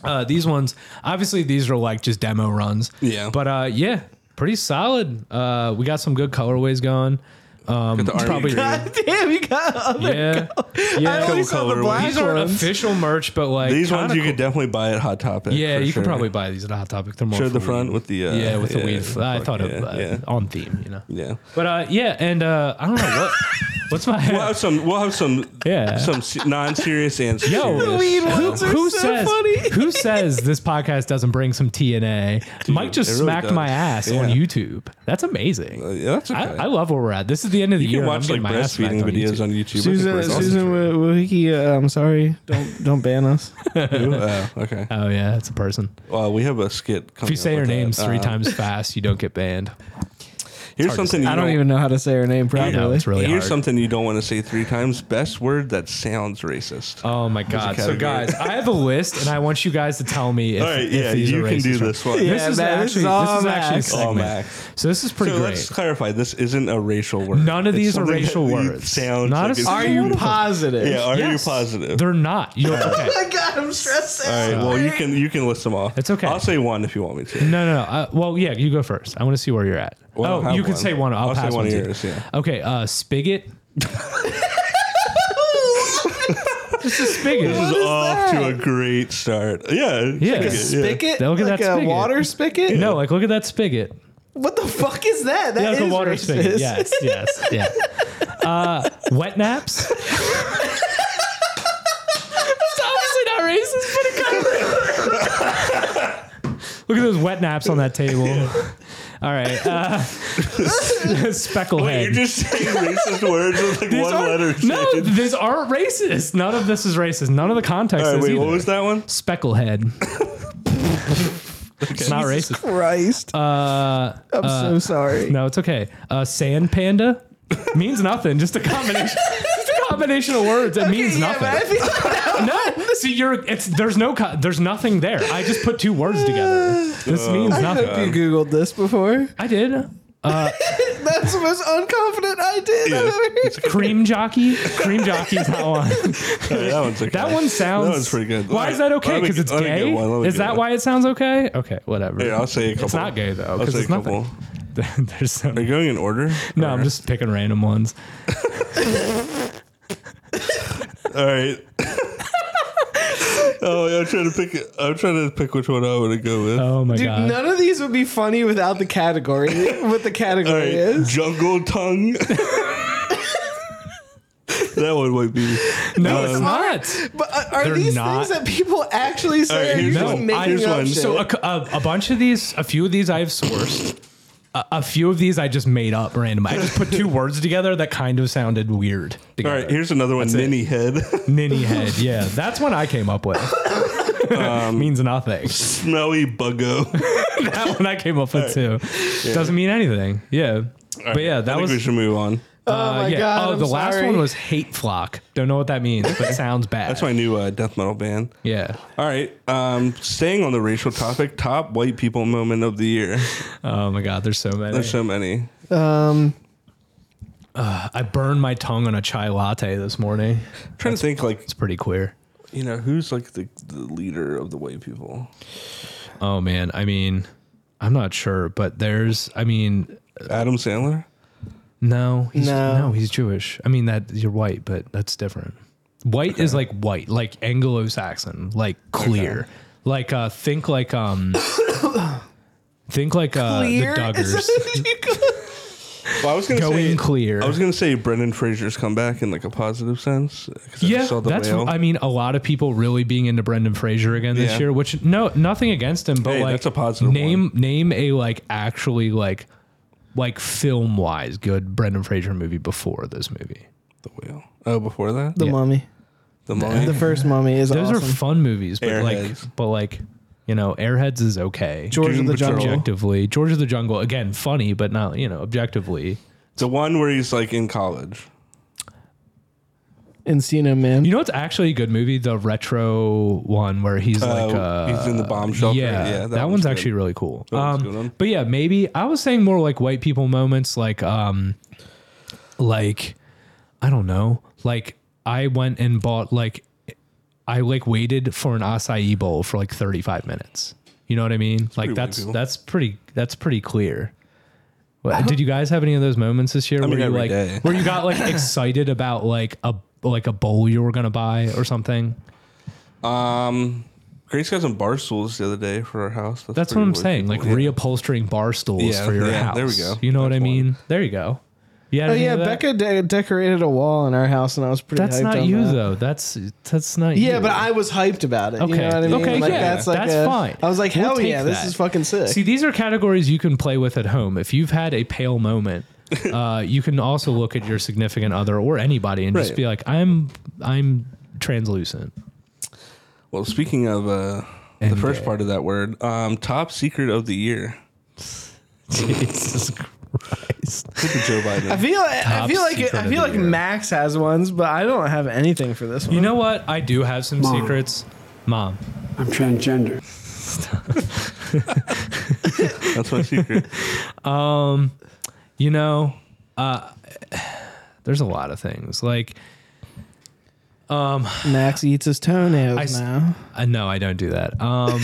D: Uh, these ones, obviously, these are like just demo runs.
A: Yeah.
D: but uh, yeah, pretty solid. Uh, we got some good colorways going. Um,
A: Got the army
D: probably
A: green.
C: [LAUGHS]
B: Damn, you got other.
D: [LAUGHS]
A: [LAUGHS]
D: yeah, yeah.
B: I only
A: Couple
B: saw the
A: colorways.
B: black
D: These aren't
B: ones.
D: official merch, but like
A: These ones
D: kinda
A: you could definitely buy at Hot Topic.
D: Yeah,
A: for
D: you
A: sure.
D: could probably buy these at a Hot Topic. They're more
A: Sure,
D: for
A: the
D: weed.
A: front with the uh,
D: yeah, with the weed. I
A: fuck
D: thought
A: yeah,
D: of uh,
A: yeah.
D: on theme, you know.
A: yeah.
D: But uh, yeah, and uh, I don't know
A: [LAUGHS]
D: what what's my
A: We'll have some. We'll have some.
D: Yeah.
A: Some se- non-serious Uh, answers.
D: Yo,
B: Weed
D: who,
B: ones are
D: who
B: so
D: says
B: funny.
D: who says this podcast doesn't bring some TNA? Mike just
A: it really
D: smacked
A: does.
D: my ass on
A: Yeah. Uh,
D: YouTube. That's amazing.
A: yeah, that's okay.
D: I, I love where we're at. This is the end of the
A: you
D: year.
A: can
D: and
A: watch like
D: I'm getting my ass smacked
A: breastfeeding
D: on
A: videos
D: YouTube.
A: on YouTube.
C: Susan,
A: I think we're
C: Susan Wi- Wiki, uh, I'm sorry. Don't don't ban us.
A: awesome. Uh, okay.
D: Oh yeah, it's a person.
A: Well, we have a skit. Coming
D: If you say
A: up
D: your
A: with
D: names
A: that.
D: three
A: Uh,
D: times fast, you don't get banned.
A: Here's
D: hard to
A: something. [LAUGHS] You
D: say.
C: I don't even know how to say her name
D: I know
C: properly.
D: it's really
A: Oh, here's
D: hard.
A: something you don't want to say three times. Best word that sounds racist.
D: Oh my god! So
A: category.
D: guys, I have a list, and I want you guys to tell me if,
A: All right.
D: if
A: Yeah,
D: these
A: you
D: are
A: can
D: racist
A: do
D: or-
A: this [LAUGHS] one.
D: This
C: Yeah,
D: is
C: Max,
D: actually
C: it's all
D: this is actually a
C: Max.
A: All
D: segment.
A: Max.
D: So this is pretty
A: So
D: great.
A: let's clarify. This isn't a racial word.
D: None of
A: It's
D: these are
A: something
D: racial
A: that you-
D: words.
A: Sounds
D: Not a
A: like it's
D: single
C: Are you
A: beautiful.
C: positive?
A: Yeah.
C: [LAUGHS]
A: Are
D: Yes.
A: you positive? Oh
D: They're
A: [LAUGHS]
D: not. You okay.
B: my god, I'm stressed
A: All right. Well, you can you can list them all.
D: It's okay.
A: I'll say one if you want me to.
D: No, no, no. Uh, well, yeah, you go first. I want to see where you're at.
A: Well, I
D: oh,
A: have
D: you can
A: one.
D: say one. I'll,
A: I'll say
D: pass
A: one
D: one,
A: of
D: to you.
A: yours, yeah.
D: Okay, uh, spigot.
A: [LAUGHS]
D: Just a spigot.
A: This is, off to a great start. Yeah. Spigot,
D: Yeah. Like a
C: Spigot?
D: Look at that
C: like a
D: spigot. [LAUGHS]
C: water spigot?
D: No, like look at that spigot.
C: What the fuck is that? That
D: Yeah, like a
C: is
D: water
C: racist.
D: spigot. Yes, yes, yeah. Uh, wet naps. [LAUGHS] It's obviously not racist, but it kind of. [LAUGHS] Look at those wet naps on that table. [LAUGHS] All right, uh, [LAUGHS] specklehead.
A: Wait, you're just saying racist words with like
D: These
A: one
D: aren't-
A: letter.
D: No,
A: change.
D: these aren't racist. None of this is racist. None of the context
A: All right.
D: is
A: Wait.
D: either.
A: What was that
D: [LAUGHS]
A: one?
D: Specklehead.
A: [LAUGHS]
D: It's not racist.
C: [LAUGHS] Christ.
D: Uh,
C: I'm so sorry.
D: No, it's okay. Uh, sand panda means nothing. Just a combination. just a combination of words. It means
C: Yeah, but I
D: nothing.
C: feel like
D: No, see, you're. It's there's no. Co- there's nothing there. I just put two words together. This
A: Oh.
D: means
C: I
D: [LAUGHS] nothing.
C: [LAUGHS] hope you Googled this before.
D: I did. Uh,
C: That's the most unconfident idea I've
A: Yeah.
C: ever heard.
D: cream jockey. Cream jockey's not one.
A: All right, that one's okay.
D: That one sounds.
A: That one's pretty good.
D: Why
A: All
D: is
A: right,
D: that okay?
A: let me-
D: Because it's
A: let me get
D: gay.
A: one, let me
D: Is
A: get
D: that
A: one.
D: why it sounds okay? Okay, whatever.
A: Here, I'll say a couple.
D: it's not gay though.
A: I'll
D: Because
A: say a
D: it's
A: couple.
D: nothing. [LAUGHS] There's some.
A: Are you going in order?
D: No,
A: Or-
D: I'm just picking random ones.
A: All right. [LAUGHS] oh, yeah, I'm trying to pick. I'm trying to pick which one I want to go with.
D: Oh my
C: Dude,
D: god.
C: none of these would be funny without
A: [LAUGHS]
C: the category. what the category
A: All right,
C: is.
A: jungle
D: [LAUGHS]
A: tongue. that one might be.
D: No, it's
A: Um,
D: not.
C: But uh, are
D: They're
C: these
D: not-
C: things that people actually
A: All
C: say?
A: right,
C: or
A: here's
C: you
A: one.
C: just making
A: Here's
C: up
A: one. uh,
C: shit?
D: So a, cou- a, a bunch of these, a few of these I've sourced. A, a few of these I just made up randomly. I just
A: [LAUGHS]
D: put two words together that kind of sounded weird.
A: All
D: Together.
A: right, here's another one.
D: it.
A: Mini
D: [LAUGHS]
A: head.
D: ninny head. Yeah, that's one I
A: [LAUGHS]
D: came up with.
A: Um,
D: Means nothing. [LAUGHS]
A: Smelly buggo.
D: that one I came up with too. Doesn't mean anything. Yeah. But yeah,
A: I
D: that
A: think
D: was.
A: we should move on.
D: uh,
C: my
D: yeah.
C: God,
D: Oh,
C: I'm
D: the last
C: sorry.
D: one was hate flock. Don't know what that means, but it sounds bad.
A: That's my new uh, death metal band.
D: Yeah.
A: All right. Um, staying on the racial topic, top white people moment of the year.
D: Oh my God, there's so many.
A: There's so many.
C: um,
D: I burned my tongue on a chai latte this morning.
A: I'm trying to think, like
D: It's pretty queer.
A: you know, who's like the, the leader of the white people?
D: Oh man, I mean, I'm not sure, but there's, I mean,
A: Adam Sandler.
D: no, he's,
C: No.
D: no, he's Jewish. I mean that you're white, but that's different. White is like white, like Anglo-Saxon, like clear, like uh, think like um, [COUGHS] think like uh,
C: clear. [LAUGHS]
D: the Duggars.
A: Well, I was gonna
D: Going
A: say,
D: clear.
A: I was gonna say Brendan Fraser's comeback in like a positive sense. 'cause I
D: Yeah,
A: saw the
D: that's.
A: whale.
D: I mean, a lot of people really being into Brendan Fraser again this
A: Yeah.
D: year, which no, nothing against him, but
A: Hey,
D: like
A: that's a positive
D: name. Name a like actually like like film wise good Brendan Fraser movie before this movie.
A: the whale. Oh, before that,
C: the
D: Yeah.
C: mummy.
A: the mummy.
C: The first mummy is
D: Those are
C: awesome.
D: fun movies, but
A: Airheads.
D: like, but like, you know, Airheads is okay.
C: George
A: Doom
C: of the
A: Patrol.
C: Jungle.
D: Objectively, George of the Jungle again, funny, but not you know objectively.
A: the one where he's like in college.
C: Encino Man.
D: You know what's actually a good movie? The retro one where he's like uh,
A: he's in the bomb shelter.
D: Yeah,
A: Yeah,
D: that,
A: that
D: one's,
A: one's good.
D: actually really cool.
A: one's a
D: Um,
A: good one.
D: But yeah, maybe I was saying more like white people moments, like um, like I don't know, like I went and bought like I like waited for an acai bowl for like thirty five minutes. You know what I mean? like
A: white
D: that's
A: people.
D: that's pretty that's pretty clear. What, did you guys have any of those moments this year
A: mean,
D: where you
A: every
D: like
A: day.
D: where you got like [LAUGHS] excited about like a like a bowl you were gonna buy or something?
A: Um, Grace got some bar stools the other day for our house.
D: That's what
A: pretty
D: I'm
A: weird
D: saying. Like
A: people. Yeah.
D: reupholstering bar stools
A: Yeah,
D: for your
A: yeah,
D: house.
A: there we go.
D: You know what I
A: That's one.
D: mean? There you go. Yeah.
C: oh yeah, Becca de- decorated a wall in our house, and I was pretty.
D: That's
C: hyped
D: not
C: on
D: you
C: that.
D: though. That's that's not you.
C: Yeah, but I was hyped about it. You
D: Okay.
C: know what I mean?
D: Okay,
C: like,
D: yeah, that's
C: a-
D: fine.
C: I was like,
D: We'll
C: hell
D: take
C: yeah, this
D: that.
C: is fucking sick.
D: See, these are categories you can play with at home. If you've had a
A: [LAUGHS]
D: pale moment, uh, you can also look at your significant other or anybody and just
A: Right.
D: be like, "I'm, I'm translucent." [LAUGHS]
A: Well, speaking of uh, the
D: And
A: first
D: gay.
A: part of that word, um, top secret of the year.
D: Jesus Christ!
A: Look at Joe Biden.
B: I
D: [LAUGHS]
B: feel I
D: Top
B: feel like
D: secret
B: I
D: of
B: feel
D: the
B: like
D: year.
B: Max has ones, but I don't have anything for this one.
D: You know what? I do have some
E: Mom.
D: secrets, Mom.
E: I'm transgender.
A: That's my
D: [LAUGHS]
A: secret.
D: you know, uh, [SIGHS] there's a lot of things. Like,
C: Max eats his toenails
D: I s-
C: now.
D: uh, no, I don't do that. Um,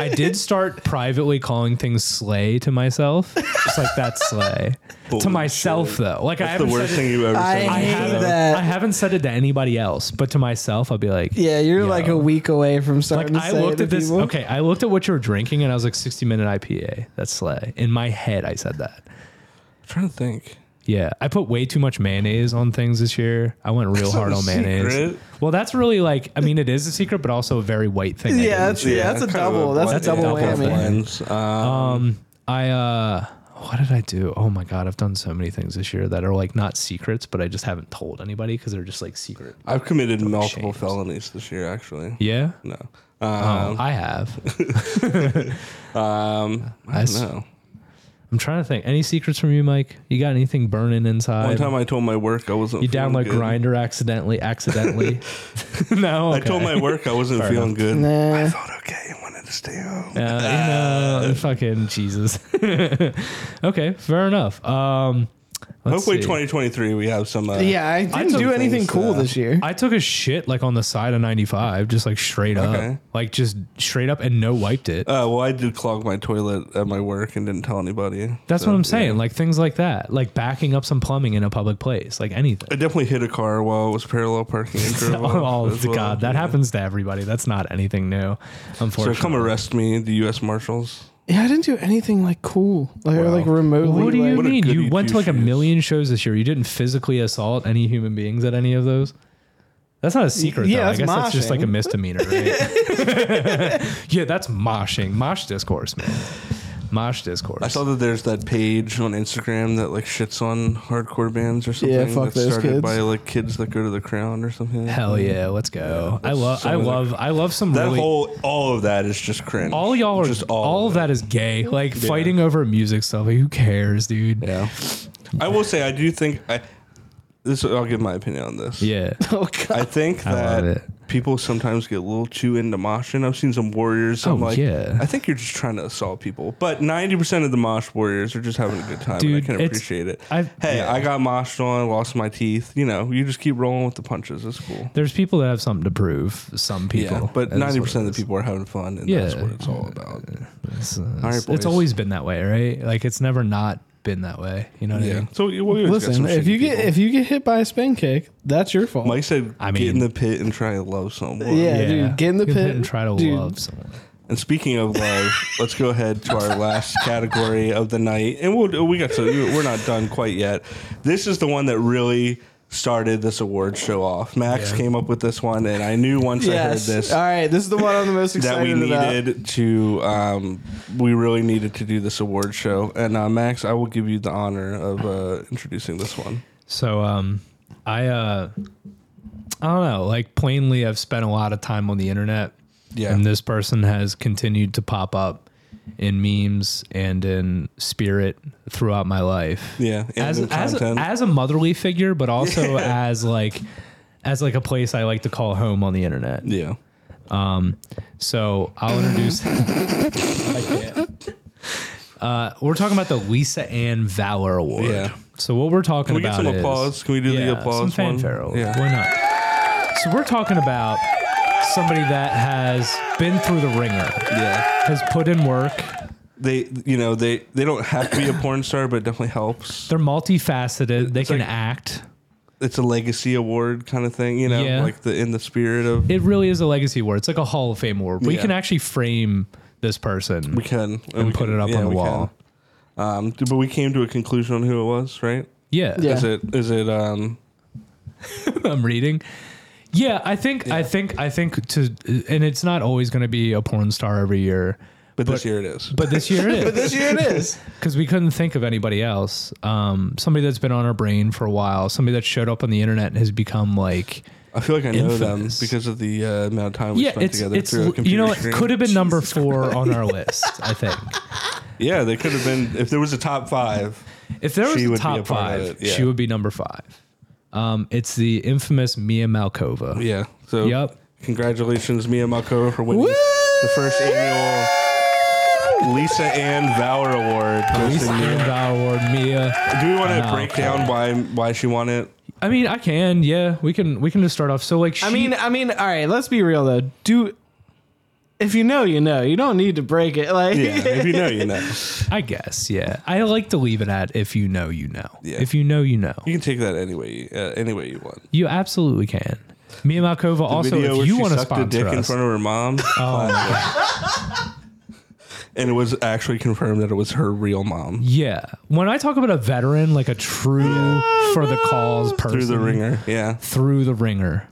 D: I
C: [LAUGHS]
D: did start privately calling things sleigh to myself, just like that sleigh to
A: Bullshit.
D: myself though. Like I
A: That's the
D: haven't
A: worst
D: said
A: thing
D: it,
A: you've ever
C: I
A: said.
D: I
C: hate
D: haven't,
C: that.
D: I haven't said it to anybody else, but to myself, I'll be like,
C: Yeah, you're like
D: Yo.
C: a week away from
D: Like
C: starting to
D: I
C: say it
D: looked
C: to
D: at this.
C: people.
D: Okay, I looked at what you were drinking, and I was like, "60 minute IPA." That's sleigh. In my head, I said that.
A: I'm trying to think.
D: Yeah, I put way too much mayonnaise on things this year. I went
A: [LAUGHS]
D: real
A: not
D: hard
A: a
D: on mayonnaise.
A: secret.
D: Well, that's really like I mean, it is a secret, but also a very white thing. I did
C: Yeah,
D: this
C: that's,
D: year.
C: yeah, that's a
A: kind of
C: double. That's a
A: blend-
C: double
D: yeah, double
C: whammy.
A: blends. Um,
D: Um, I uh, what did I do? Oh my god, I've done so many things this year that are like not secrets, but I just haven't told anybody because they're just like secret.
A: I've committed multiple
D: shames.
A: felonies this year, actually.
D: Yeah,
A: No.
D: oh,
A: Um,
D: I have.
A: um,
D: I
A: I
D: s-
A: don't know.
D: I'm trying to think. Any secrets from you, Mike? You got anything burning inside?
A: One time I told my work I wasn't
D: you
A: feeling
D: download
A: good.
D: Grinder
A: [LAUGHS]
D: accidentally? Accidentally? [LAUGHS] no.
A: I told my
D: okay.
A: work I wasn't feeling good. I
C: Nah.
A: felt okay and wanted to stay home.
D: Uh,
A: [LAUGHS]
D: you know, fucking Jesus. [LAUGHS] okay, fair enough. Um, let's
A: Hopefully,
D: see.
A: 2023 we have some. Uh,
C: Yeah, I didn't
A: took
C: do anything
A: things,
C: cool
A: uh,
C: this year.
D: I took a shit like on the side of 95, just like straight up,
A: Okay.
D: like just straight up and no wiped it.
A: Uh, well, I did clog my toilet at my work and didn't tell anybody.
D: That's
A: so,
D: what I'm
A: yeah.
D: saying. Like things like that, like backing up some plumbing in a public place, like
A: I [LAUGHS]
D: anything.
A: definitely hit a car while I was parallel parking.
D: [LAUGHS]
A: And drove
D: Oh,
A: off as well.
D: God, that
A: Yeah.
D: happens to everybody. That's not anything new,
A: So
D: unfortunately.
A: come arrest me, the U.S. Marshals.
C: yeah, I didn't do anything like cool, like or
A: Wow.
C: like remotely.
D: What do you [LAUGHS]
C: like-
A: What a
D: mean?
A: goody
D: You went to like a
A: two-shoes.
D: million shows this year. You didn't physically assault any human beings at any of those. That's not a secret.
C: Yeah,
D: though. I
C: that's
D: guess that's just
C: moshing.
D: like a misdemeanor. Right? [LAUGHS]
C: [LAUGHS]
D: yeah, that's moshing, mosh discourse, man. Mosh discourse.
A: I saw that there's that page on Instagram that like shits on hardcore bands or something.
C: Yeah, fuck
A: that's
C: those
A: started
C: kids.
A: by like kids that go to the Crown or something.
D: Hell yeah, let's go.
A: Yeah,
D: I
A: that's
D: love,
A: some
D: I
A: of the-
D: love, I love some
A: That
D: really.
A: whole all of that is just cringe.
D: all y'all are
A: just all,
D: of
A: of it.
D: that is gay. Like fighting over music stuff. Like, who cares, dude?
A: Yeah, I will say I do think I. This I'll give my opinion on this. [LAUGHS]
D: Yeah.
C: Oh god.
A: I think
D: I love
A: that
D: it.
A: people sometimes get a little too into moshing. I've seen some warriors. I'm
D: Oh,
A: like,
D: yeah.
A: I think you're just trying to assault people. But 90% of the mosh warriors are just having a good time.
D: Dude,
A: and I can
D: it's-
A: appreciate it.
D: I've-
A: hey,
D: yeah.
A: I got moshed on, lost my teeth. You know, you just keep rolling with the punches. It's cool.
D: There's people that have something to prove. Some people.
A: Yeah, but
D: That is what
A: 90% of
D: it
A: the
D: is.
A: people are having fun, and that's
D: Yeah.
A: what it's all about.
D: It's, uh,
A: right,
D: it's,
A: boys.
D: always been that way, right? Like it's never not been that way. You know what I
A: Yeah.
D: mean?
A: So you- well, you always got
C: Listen,
A: some
C: if
A: shitty
C: you get
A: people.
C: if you get hit by a spin kick, that's your fault.
A: Mike said,
D: I
A: get in
D: mean-
A: the pit and try to love someone.
C: yeah, dude, get in the
D: Go
C: pit,
D: ahead and try to
C: dude,
D: love someone.
A: And speaking of love,
D: [LAUGHS]
A: let's go ahead to our last category of the night, and we'll we got to we're not done quite yet. This is the one that really started this award show off. Max
D: Yeah.
A: came up with this one, and I knew once
C: Yes.
A: I heard this
C: All right, this is the one I'm the most
A: [LAUGHS] that we
C: excited about.
A: needed to um, we really needed to do this award show. And uh, Max, I will give you the honor of uh, introducing this one.
D: So um I uh I don't know, like plainly I've spent a lot of time on the internet.
A: Yeah.
D: And this person has continued to pop up in memes and in spirit throughout my life.
A: Yeah, and
D: As
A: in
D: as
A: content.
C: [LAUGHS]
D: as a motherly figure, but also as like as like a place I like to call home on the internet.
A: Yeah.
D: So
A: [LAUGHS]
D: I'll introduce. I can't. Uh, we're talking about the Lisa Ann Valor Award.
A: Yeah.
D: So what we're talking
A: Can we get
D: about
A: some
D: is
A: applause? Can we do the applause
D: some
A: one?
D: fanfare. award.
A: Yeah.
D: Why not? So we're talking about somebody that has been through the ringer,
A: Yeah.
D: has put in work.
A: They, you know, they they don't have to be
D: [COUGHS]
A: a porn star, but it definitely helps.
D: They're multifaceted. They can
A: like-
D: act.
A: It's a legacy award kind of thing, you know,
D: Yeah.
A: like the in the spirit of
D: It really is a legacy award. It's like a Hall of Fame award. We
A: Yeah.
D: can actually frame this person.
A: we can and,
D: and
A: we
D: put
A: can-
D: it up
A: yeah,
D: on the
A: we
D: wall.
A: can. Um, d- but we came to a conclusion on who it was, right?
D: Yeah.
C: Yeah.
A: Is it is it um
D: [LAUGHS] I'm reading. Yeah, I think I think I think to and it's not always going to be a porn star every year,
A: but, this year it is.
D: but this year it
A: [LAUGHS]
D: is
C: This year it is.
D: because we couldn't think of anybody else. Um, somebody that's been on our brain for a while, somebody that showed up on the internet and has become like
A: I feel like I know them
D: Infamous.
A: because of the uh, amount of time we
D: yeah,
A: spent
D: it's
A: together
D: it's
A: through a computer
D: you know
A: screen.
D: it could have been number four on our list.
A: [LAUGHS]
D: I think
A: Yeah, they could have been if there was a top five.
D: if there was
A: She
D: a
A: would be
D: top
A: a part of
D: five,
A: it, yeah.
D: she would be number five. Um, it's the infamous Mia Malkova.
A: Yeah. So
D: Yep.
A: congratulations, Mia Malkova, for winning the first annual Lisa Ann Valor Award. goes
D: Lisa
A: to Mia.
D: Ann Val Award, Mia.
A: Do we want to
D: Malkova.
A: break down why why she won it?
D: I mean, I can. Yeah, we can. We can just start off. So, like, she,
B: I mean, I mean, all right. Let's be real though. Do if you know, you know. You don't need to break it. Like,
A: Yeah,
C: [LAUGHS]
A: if you know, you
D: [LAUGHS]
A: know.
D: I guess. Yeah, I like to leave it at if you know, you know.
A: Yeah.
D: If you know, you know.
A: You can take that any way, uh, any way you want.
D: You absolutely can. Mia Malkova. Also,
A: Video
D: if
A: where
D: you
A: she
D: want to
A: sucked a
D: sponsor
A: dick
D: us, Oh.
A: in front of her
D: [LAUGHS]
A: mom, and it was actually confirmed that it was her real mom
D: yeah. When I talk about a veteran, like a true for the cause person
A: Ah, through the ringer. Yeah,
D: through the ringer.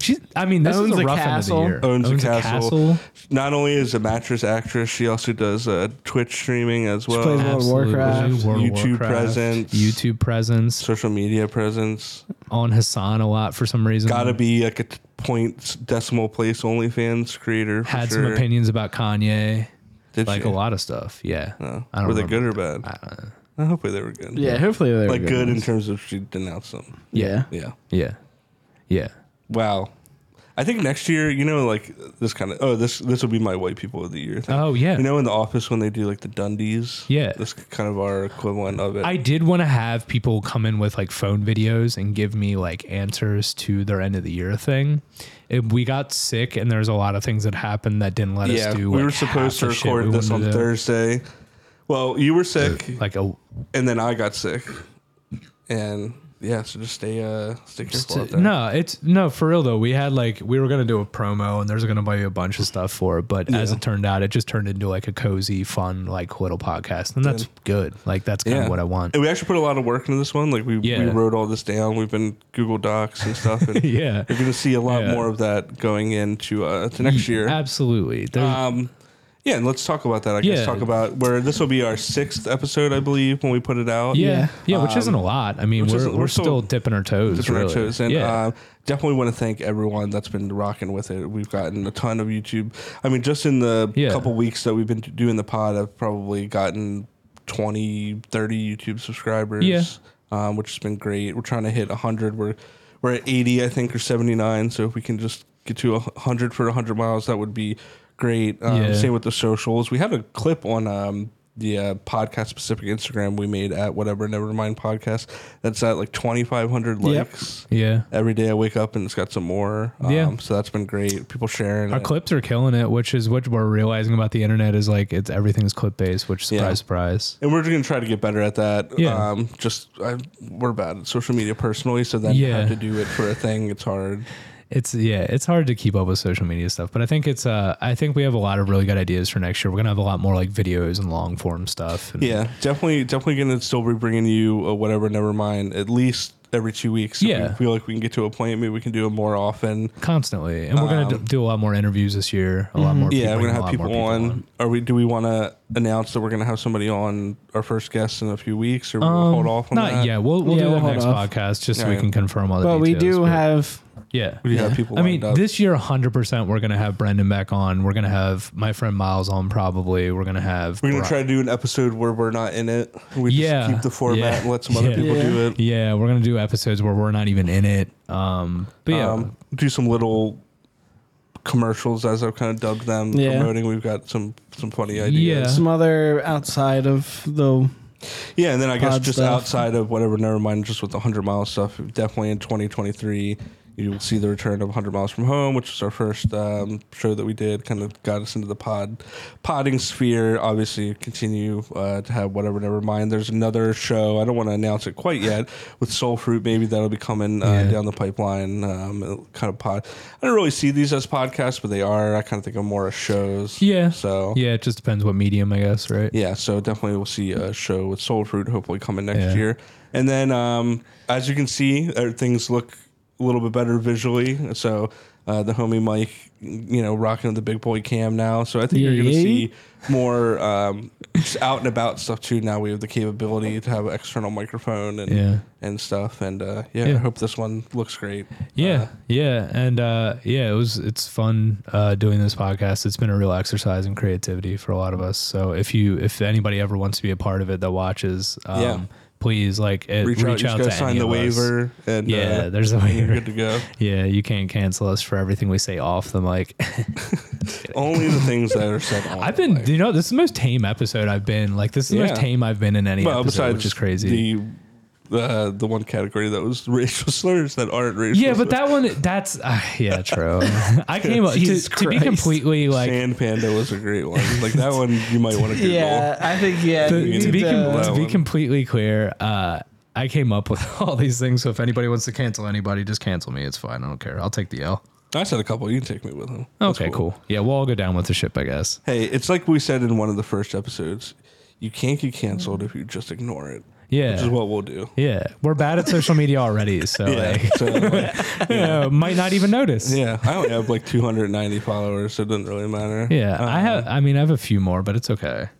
D: She. I mean, this
B: Owns
D: is a
B: a
D: rough
B: castle.
D: end of the year.
A: owns, a, castle. Not only is a mattress actress, she also does uh, Twitch streaming as well.
C: plays World of
D: Absolutely.
C: Warcraft.
D: World of
A: YouTube
D: Warcraft.
A: presence.
D: YouTube presence
A: social media presence.
D: on Hassan a lot for some reason.
A: Gotta be like a t- point decimal place OnlyFans creator. For
D: had
A: sure.
D: some opinions about Kanye,
A: Did
D: like
A: she?
D: a lot of stuff. Yeah,
A: No.
D: I
A: Uh,
D: don't
A: Oh. were they
D: remember.
A: good or bad? I Hopefully they were good.
B: Yeah, hopefully they're
A: like good in
B: ones.
A: terms of she denounced them.
B: yeah.
A: Yeah.
D: Yeah, yeah.
A: Wow. I think next year, you know, like this kind of oh this this will be my white people of the year. Thing.
D: Oh yeah.
A: You know, in the office when they do like the Dundies.
D: Yeah.
A: This kind of our equivalent of it.
D: I did want to have people come in with like phone videos and give me like answers to their end of the year thing. It, we got sick, and there's a lot of things that happened that didn't let
A: yeah.
D: us
A: We
D: do.
A: were
D: like, half
A: supposed to
D: the shit we
A: record this on
D: wanted to do.
A: Thursday. Well, you were sick,
D: Like a
A: and then I got sick, and yeah. So just stay uh stay careful out there.
D: no, it's no for real though. We had like we were gonna do a promo, and there's gonna be a bunch of stuff for it. But as it turned out, it just turned into like a cozy, fun, like little podcast, and that's good. Like that's kind
A: Yeah.
D: of what I want.
A: And we actually put a lot of work into this one. Like we, we
D: Yeah.
A: wrote all this down. We've been Google Docs and stuff. And
D: [LAUGHS] Yeah.
A: you're gonna see a lot
D: Yeah.
A: more of that going into uh, to next year.
D: [LAUGHS] Absolutely. There's,
A: Um, yeah, and let's talk about that. I
D: Yeah.
A: guess talk about where this will be our sixth episode, I believe, when we put it out. Um,
D: yeah. Yeah, which isn't a lot. I mean, we're,
A: isn't-
D: we're,
A: we're
D: still,
A: still
D: dipping our toes.
A: Different
D: really.
A: shows. And
D: yeah.
A: uh, definitely want to thank everyone that's been rocking with it. We've gotten a ton of YouTube. I mean, just in the
D: Yeah.
A: couple weeks that we've been doing the pod, I've probably gotten 20, 30 YouTube subscribers,
D: Yeah.
A: um, which has been great. We're trying to hit 100. We're, we're at 80, I think, or 79. So if we can just get to 100 for 100 miles, that would be great. Um,
D: Yeah.
A: Same with the socials. We had a clip on. Um, the uh, podcast specific Instagram we made at whatever Nevermind podcast that's at like 2,500 likes
D: yeah.
A: every day I wake up and it's got some more. Um,
D: Yeah.
A: So that's been great. People sharing.
D: Our
A: it.
D: clips are killing it, which is what we're realizing about the internet is like it's everything's clip based, which surprise,
A: Yeah.
D: surprise.
A: And we're going to try to get better at that.
D: Yeah.
A: Um, just I, we're bad at social media personally, so then
D: Yeah.
A: have to do it for a thing. It's hard.
D: It's yeah, it's hard to keep up with social media stuff, but I think it's uh, I think we have a lot of really good ideas for next year. We're gonna have a lot more like videos and long form stuff. And
A: Yeah, definitely, definitely going to still be bringing you a whatever. Never mind. At least every two weeks. If
D: Yeah.
A: we feel like we can get to a point. Maybe we can do it more often.
D: constantly. And we're gonna d- do a lot more interviews this year. A lot more.
A: Um, mm-hmm. Yeah, we're
D: and
A: gonna
D: a
A: have
D: lot
A: people,
D: more
A: on. Are we? Do we want to announce that we're gonna have somebody on our first guest in a few weeks, or
D: Um,
A: we'll hold off on
D: not
A: that?
D: yeah, we'll we'll
C: Yeah,
D: do
C: we'll
D: the
C: hold
D: next
C: off.
D: podcast just so
A: Yeah,
D: we
A: yeah.
D: can confirm all the
C: But we
D: details.
C: do
D: but-
C: have
D: yeah.
A: We do have people.
D: I mean,
A: lined up.
D: this year, 100%, we're going to have Brendan back on. We're going to have my friend Miles on, probably. We're going to have.
A: We're gonna
D: Bri-
A: try to do an episode where we're not in it. We
D: Yeah.
A: just keep the format
D: Yeah.
A: and let some other
D: Yeah.
A: people do it.
D: Yeah, we're going to do episodes where we're not even in it. Um, but yeah,
A: um, do some little commercials as I've kind of dubbed them
C: Yeah.
A: promoting. We've got some some funny ideas.
C: Some other outside of the
A: Yeah, and then I guess
C: Pod
A: just
C: stuff.
A: outside of whatever, never mind, just with the hundred mile stuff. Definitely in 2023, you will see the return of 100 miles from home, which was our first um, show that we did. Kind of got us into the pod podding sphere. Obviously, continue uh, to have whatever. Never mind. There's another show. I don't want to announce it quite yet with Soul Fruit. Maybe that'll be coming uh,
D: Yeah.
A: down the pipeline. Um, kind of pod. I don't really see these as podcasts, but they are. I kind of think of more as shows.
D: Yeah.
A: So
D: yeah, it just depends what medium, I guess, right?
A: yeah, so definitely we'll see a show with Soul Fruit hopefully coming next
D: Yeah.
A: year. And then, um, as you can see, uh, things look a little bit better visually. So uh, the homie Mike, you know, rocking the big boy cam now. So I think you're going to
C: Yeah.
A: see more um, just out and about stuff too. Now we have the capability to have an external microphone and
D: Yeah.
A: and stuff. And uh, yeah,
D: Yeah.
A: I hope this one looks great.
D: Yeah, yeah, and uh, yeah, it was it's fun uh, doing this podcast. It's been a real exercise in creativity for a lot of us. So if you if anybody ever wants to be a part of it that watches, um,
A: Yeah.
D: please like it,
A: Uh,
D: reach, out,
A: just
D: to
A: go sign
D: any
A: the
D: of us.
A: waiver. And,
D: Yeah,
A: uh,
D: there's a
A: you're
D: waiver.
A: good to go.
D: Yeah, you can't cancel us for everything we say off the mic.
A: Only the things that are said. on
D: [LAUGHS] I've
A: the
D: been,
A: mic.
D: you know, this is the most tame episode I've been. Like this is the
A: Yeah.
D: most tame I've been in any episode, which is crazy.
A: The uh, the one category that was [LAUGHS] racial slurs that aren't racial.
D: yeah, but
A: slurs.
D: that one, that's uh,
A: [LAUGHS]
D: yeah, true. I came up to,
C: Jesus
D: to be
C: Christ.
D: completely like
A: Sand Panda was a great one. Like that one, you might
D: [LAUGHS]
A: want to Google.
C: yeah. I think yeah.
D: to,
A: you
D: to
A: need
D: be,
A: to-
D: com- to
A: That
D: be
A: one.
D: completely clear, uh, I came up with [LAUGHS] all these things. So if anybody wants to cancel anybody, just cancel me. It's fine. I don't care. I'll take the L.
A: I said a couple. You can take me with them. That's
D: Okay, cool. Yeah, we'll all go down with the ship, I guess.
A: Hey, it's like we said in one of the first episodes. You can't get canceled if you just ignore it.
D: Yeah.
A: Which is what we'll do.
D: yeah, we're bad at social media
A: [LAUGHS]
D: already, so [LAUGHS] like, [LAUGHS]
A: So, like,
D: you know, might not even notice.
A: yeah, I only have like 290 followers, so it doesn't really matter.
D: Yeah,
A: Um,
D: I have. I mean, I have a few more, but it's okay.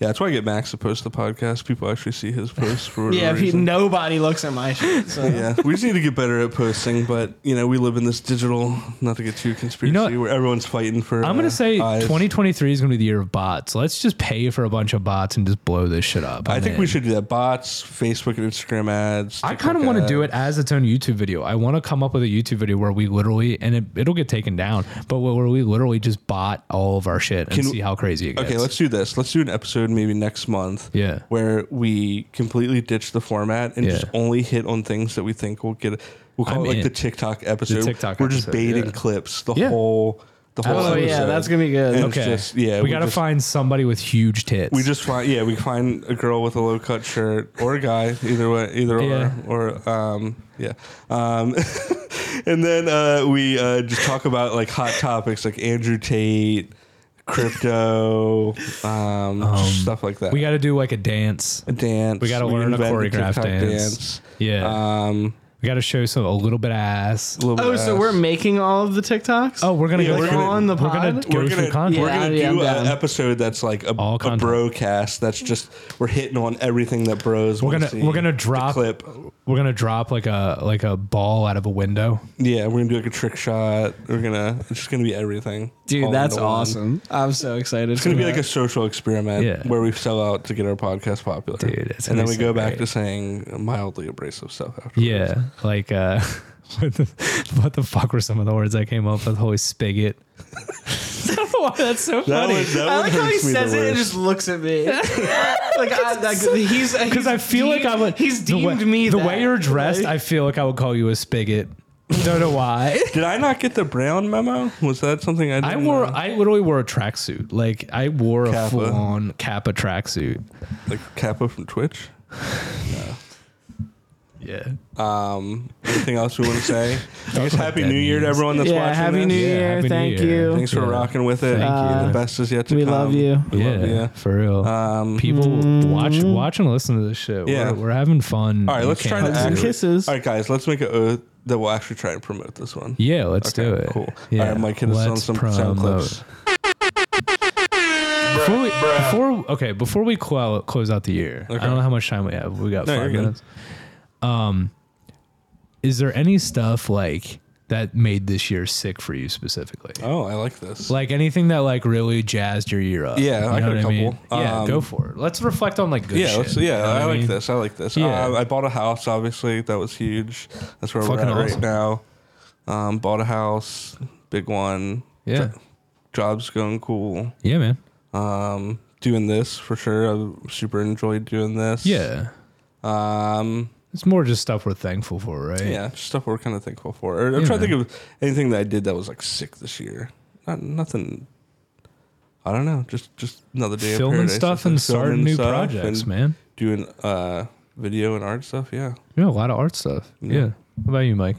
A: Yeah, that's why I get Max to post the podcast. People actually see his posts
D: [LAUGHS]
A: for whatever
C: yeah, if he,
A: reason.
C: nobody looks at my shit.
A: [LAUGHS]
C: So.
A: yeah, we just need to get better at posting, but you know, we live in this digital, not to get too conspiracy,
D: You know-
A: where everyone's fighting for.
D: I'm gonna
A: uh,
D: say
A: eyes.
D: 2023 is gonna be the year of bots. Let's just pay for a bunch of bots and just blow this shit up.
A: I
D: I'm
A: think we
D: in.
A: should do that. Bots, Facebook and Instagram ads.
D: I kind of want to do it
A: ads.
D: as its own YouTube video. I want to come up with a YouTube video where we literally, and it, it'll get taken down, but where we literally just bought all of our shit and
A: Can-
D: see how crazy it gets.
A: Okay, let's do this. Let's do an episode maybe next month.
D: Yeah.
A: Where we completely ditch the format and
D: Yeah.
A: just only hit on things that we think will get. We'll call
D: I'm
A: it like
D: in.
A: the TikTok episode.
D: TikTok
A: We're just
D: episode,
A: baiting
D: yeah.
A: clips the
D: Yeah.
A: whole. The whole
C: Oh yeah,
A: episode.
C: that's gonna be good.
A: And it's
D: okay.
A: just- yeah,
D: we,
A: we
D: gotta
A: just-
D: find somebody with huge tits.
A: We just find yeah, we find a girl with a low cut shirt or a guy, either way, either
D: Yeah.
A: or or um yeah. Um [LAUGHS] and then uh we uh just talk about like hot topics like Andrew Tate, crypto, um, stuff like that.
D: we gotta do like a dance.
A: a dance.
D: we gotta learn a
A: invented
D: choreographed
A: TikTok
D: dance. Yeah,
A: Um
D: we gotta show some a little bit of ass.
A: a little
C: Oh,
A: bit
C: so
A: of
C: we're
A: ass.
C: making all of the TikToks?
D: Oh, we're gonna
A: Yeah,
D: go
A: we're
D: through-
A: gonna- On
C: the
D: We're gonna
C: pod?
D: go
A: we're
D: through
A: gonna,
D: content.
A: we're gonna
C: Yeah, I'm
A: do an
C: down.
A: episode that's like a,
D: All
A: a
D: content.
A: brocast. That's just we're hitting on everything that bros.
D: We're
A: wanna
D: gonna
A: see.
D: we're gonna
A: The
D: drop
A: clip.
D: we're gonna drop like a like a ball out of a window.
A: Yeah, we're gonna do like a trick shot. We're gonna it's just gonna be everything. All
C: Dude, that's
A: into one.
C: awesome. I'm so excited.
A: It's gonna be like a social experiment
D: Yeah.
A: where we sell out to get our podcast popular.
D: Dude, it's
A: and
D: gonna
A: then
D: be
A: we
D: so
A: go back
D: great.
A: to saying mildly abrasive stuff after.
D: Yeah, like uh, [LAUGHS] what the what the fuck were some of the words I came up with? Holy spigot. I [LAUGHS] don't know why that's so
A: That
D: funny.
A: one, that
C: I
A: one
C: like how he
A: hurts me the
C: says it and
A: worst.
C: just looks at
D: [LAUGHS]
C: me. like, I, like he's
D: Because I feel like I would.
C: He's
D: the
C: deemed
D: way,
C: me
D: the
C: that.
D: way you're dressed.
C: Like,
D: I feel like I would call you a spigot. Don't know why.
A: Did I not get the brown memo? Was that something I didn't
D: [LAUGHS] I wore.
A: know?
D: I literally wore a tracksuit. Like I wore a
A: Kappa.
D: full on Kappa tracksuit.
A: like Kappa from Twitch?
D: Yeah.
A: Um anything else we wanna
D: [LAUGHS]
A: say? I guess
D: about
A: happy
D: dead
A: new year to
D: memes.
A: everyone that's
C: yeah,
A: watching.
C: happy
A: this.
C: new
D: Yeah,
C: year.
D: Happy New
C: thank
D: Year.
C: you.
A: Thanks for
D: Yeah.
A: rocking with it.
D: Thank you.
A: The best is yet to
C: We
A: come.
C: love you.
A: We
D: yeah,
A: love you.
D: for real.
A: Um,
D: People watch, watch and listen to this shit.
A: Yeah.
D: We're, we're having fun.
A: All right,
D: You
A: let's try
D: can't
A: to
C: Hugs
D: do
C: and
A: actually-
D: it.
C: kisses.
A: All right, guys, let's make an oath that we'll actually try and promote this one.
D: Yeah, let's
A: Okay,
D: do it.
A: Cool.
D: Yeah.
A: All right, Mike, hit us on
D: let's
A: some sound clips.
D: Before, we, before okay, before we clo- close out the year, I
A: Okay.
D: don't know how much time we have. We got
A: No,
D: five
A: you're good.
D: minutes. Um, is there any stuff like that made this year sick for you specifically?
A: Oh, I like this.
D: Like anything that like really jazzed your year up.
A: Yeah,
D: You
A: I
D: know
A: got a
D: what mean?
A: couple.
D: Yeah,
A: Um,
D: go for it. Let's reflect on like good
A: yeah,
D: shit.
A: let's,
D: you
A: yeah,
D: know what
A: I like
D: mean?
A: this. I like this.
D: Yeah.
A: Um, I bought a house. Obviously, that was huge. That's where
D: Fucking
A: we're at right
D: awesome.
A: now. Um, bought a house, big one.
D: Yeah.
A: Job's going cool.
D: Yeah, man.
A: Um, doing this for sure. I super enjoyed doing this.
D: Yeah.
A: Um,
D: It's more just stuff we're thankful for, right?
A: yeah, just stuff we're kind of thankful for. Or I'm
D: Yeah,
A: trying to think of anything that I did that was like sick this year. Not nothing. I don't know. Just just another day of
D: Filming
A: paradise.
D: stuff
A: Just
D: and
A: filming
D: starting new
A: stuff
D: projects,
A: and
D: man.
A: Doing uh, video and art stuff. Yeah.
D: Yeah, a lot of art stuff.
A: Yeah.
D: Yeah. What about you, Mike?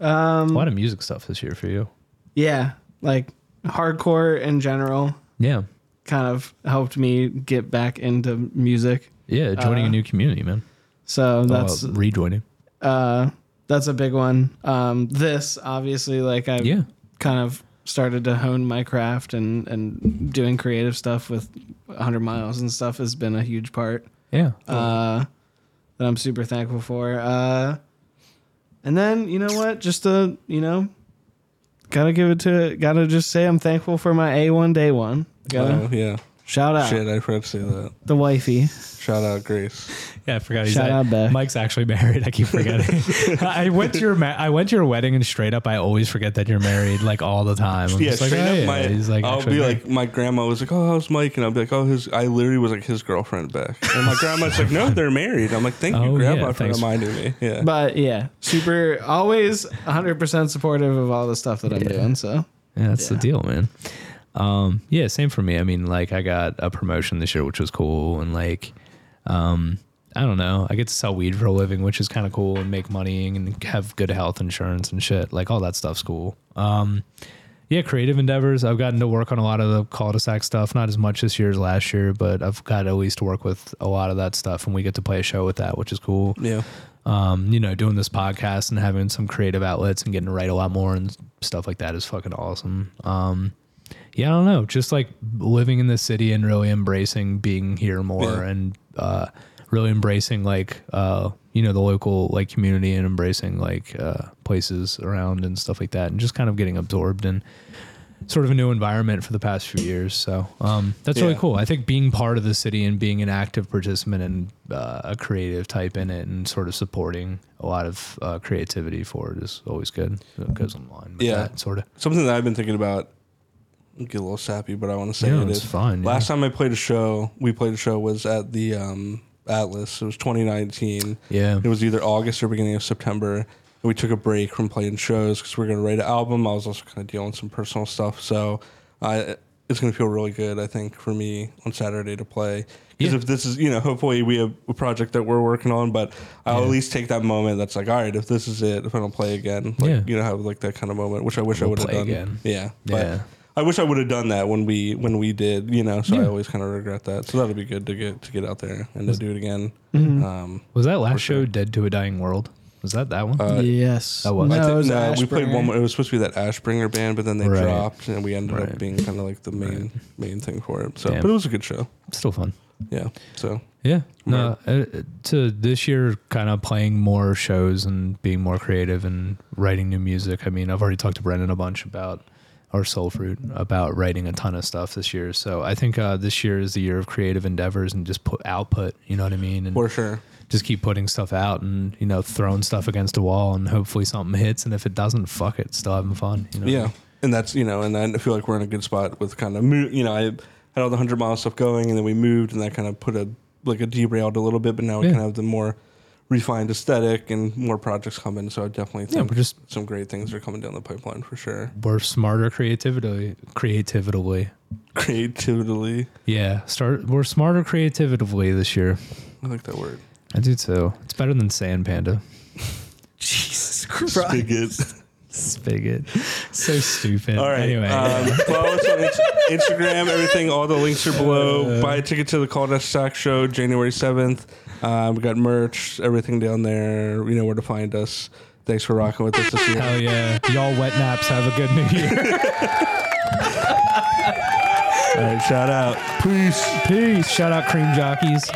B: Um,
D: A lot of music stuff this year for you.
B: Yeah, like hardcore in general
D: Yeah.
B: kind of helped me get back into music.
D: Yeah, joining
B: Uh,
D: a new community, man.
B: So that's
D: That's Oh, rejoining.
B: uh that's a big one. Um this obviously like I've
D: Yeah.
B: kind of started to hone my craft and and doing creative stuff with 100 miles and stuff has been a huge part
D: Yeah.
A: Oh.
B: uh that I'm super thankful for. Uh and then, you know what? Just to, you know, got to give it to got to just say I'm thankful for my A1 day one. Got to
A: Oh, yeah.
B: shout out
A: Shit, I forgot to say that.
B: the wifey.
A: Shout out Grace.
D: Yeah, I forgot.
B: Shout out Beck.
D: Mike's actually [LAUGHS] married. I keep [LAUGHS] forgetting. I went to your ma- I went to your wedding and straight up, I always forget that you're married. Like all the time. I'm
A: yeah,
D: just like,
A: straight
D: "Oh,
A: up.
D: yeah."
A: My,
D: He's like,
A: I'll
D: actually
A: be
D: married.
A: like, my grandma was like, "Oh, how's Mike?" And I'll be like, "Oh, his." I literally was like, "His girlfriend back."
D: [LAUGHS]
A: And my grandma's like, "No, they're married." I'm like, "Thank
D: Oh,
A: you,
D: yeah,
A: grandma, for
D: thanks.
A: reminding me." Yeah.
B: But yeah, super always 100% supportive of all the stuff that I'm doing, so
D: Yeah, that's the deal, man. Um, yeah, same for me. I mean, like I got a promotion this year, which was cool, and like, um, I don't know, I get to sell weed for a living, which is kind of cool, and make money and have good health insurance and shit. Like all that stuff's cool. Um, yeah, creative endeavors. I've gotten to work on a lot of the cul-de-sac stuff, not as much this year as last year, but I've got at least to work with a lot of that stuff, and we get to play a show with that, which is cool
A: Yeah.
D: um, you know, doing this podcast and having some creative outlets and getting to write a lot more and stuff like that is fucking awesome. Um, yeah, I don't know, just like living in the city and really embracing being here more
A: Yeah.
D: and uh, really embracing like uh, you know the local like community and embracing like uh, places around and stuff like that and just kind of getting absorbed in sort of a new environment for the past few years. So um, that's really
A: Yeah.
D: cool. I think being part of the city and being an active participant and uh, a creative type in it and sort of supporting a lot of uh, creativity for it is always good. So it goes in line with
A: Yeah.
D: that sort of.
A: Something that I've been thinking about. Get a little sappy, but I want to say
D: Yeah,
A: it
D: it's
A: is.
D: fine, yeah.
A: Last time I played a show, we played a show was at the um, Atlas. It was 2019.
D: Yeah.
A: It was either August or beginning of September. And we took a break from playing shows because we were going to write an album. I was also kind of dealing with some personal stuff. So I, it's going to feel really good, I think, for me on Saturday to play. Because
D: Yeah.
A: if this is, you know, hopefully we have a project that we're working on, but I'll at least take that moment that's like, all right, if this is it, if I don't play again, like,
D: Yeah.
A: you know, have like that kind of moment, which I wish I
D: We'll
A: would have
D: play
A: done.
D: again.
A: Yeah. But
D: Yeah.
A: I wish I would have done that when we when we did, you know. So I
D: Yeah.
A: always kind of regret that. So that'll be good to get to get out there and to do it again.
D: Mm-hmm.
A: Um,
D: Was that last show Dead to a Dying World? Was that that one?
A: uh,
B: yes.
D: that was-
B: no,
D: I
A: I
B: it
A: think-
B: was
A: no, we
B: Ashburn.
A: played one more. It was supposed to be that Ashbringer band, but then they
D: Right.
A: dropped, and we ended up
D: Right.
A: being kind of like the main main thing for it. So,
D: Damn.
A: but it was a good show.
D: Still fun.
A: Yeah. So
D: Yeah. No, uh, to this year, kind of playing more shows and being more creative and writing new music. I mean, I've already talked to Brendan a bunch about our Soul Fruit about writing a ton of stuff this year. So I think uh, this year is the year of creative endeavors and just put output. You know what I mean? And
A: for sure.
D: just keep putting stuff out and you know throwing stuff against a wall and hopefully something hits. And if it doesn't, fuck it, still having fun. You know?
A: Yeah. And that's you know, and I feel like we're in a good spot with kind of mo- you know I had all the hundred mile stuff going, and then we moved, and that kind of put a like a derailed a little bit, but now we
D: Yeah.
A: kind of have the more refined aesthetic and more projects coming. So I definitely
D: Yeah,
A: think
D: we're just-
A: some great things are coming down the pipeline for sure. [LAUGHS]
D: We're smarter creatively. Creatively.
A: Creatively,
D: Yeah. Start. We're smarter creatively this year.
A: I like that word.
D: I do too. It's better than Sand Panda.
B: Jesus Christ.
A: Spigot.
D: Spigot. So stupid.
A: All right.
D: Anyway.
A: um, follow us [LAUGHS] on Ins- Instagram. Everything. All the links are below. Buy a ticket to the Call to Stock Show, January seventh. Um, we got merch. Everything down there. You know where to find us. Thanks for rocking with us this year.
D: hell yeah. Y'all wet naps. Have a good new year.
A: All right. Shout out. Peace.
D: Peace. Shout out cream jockeys.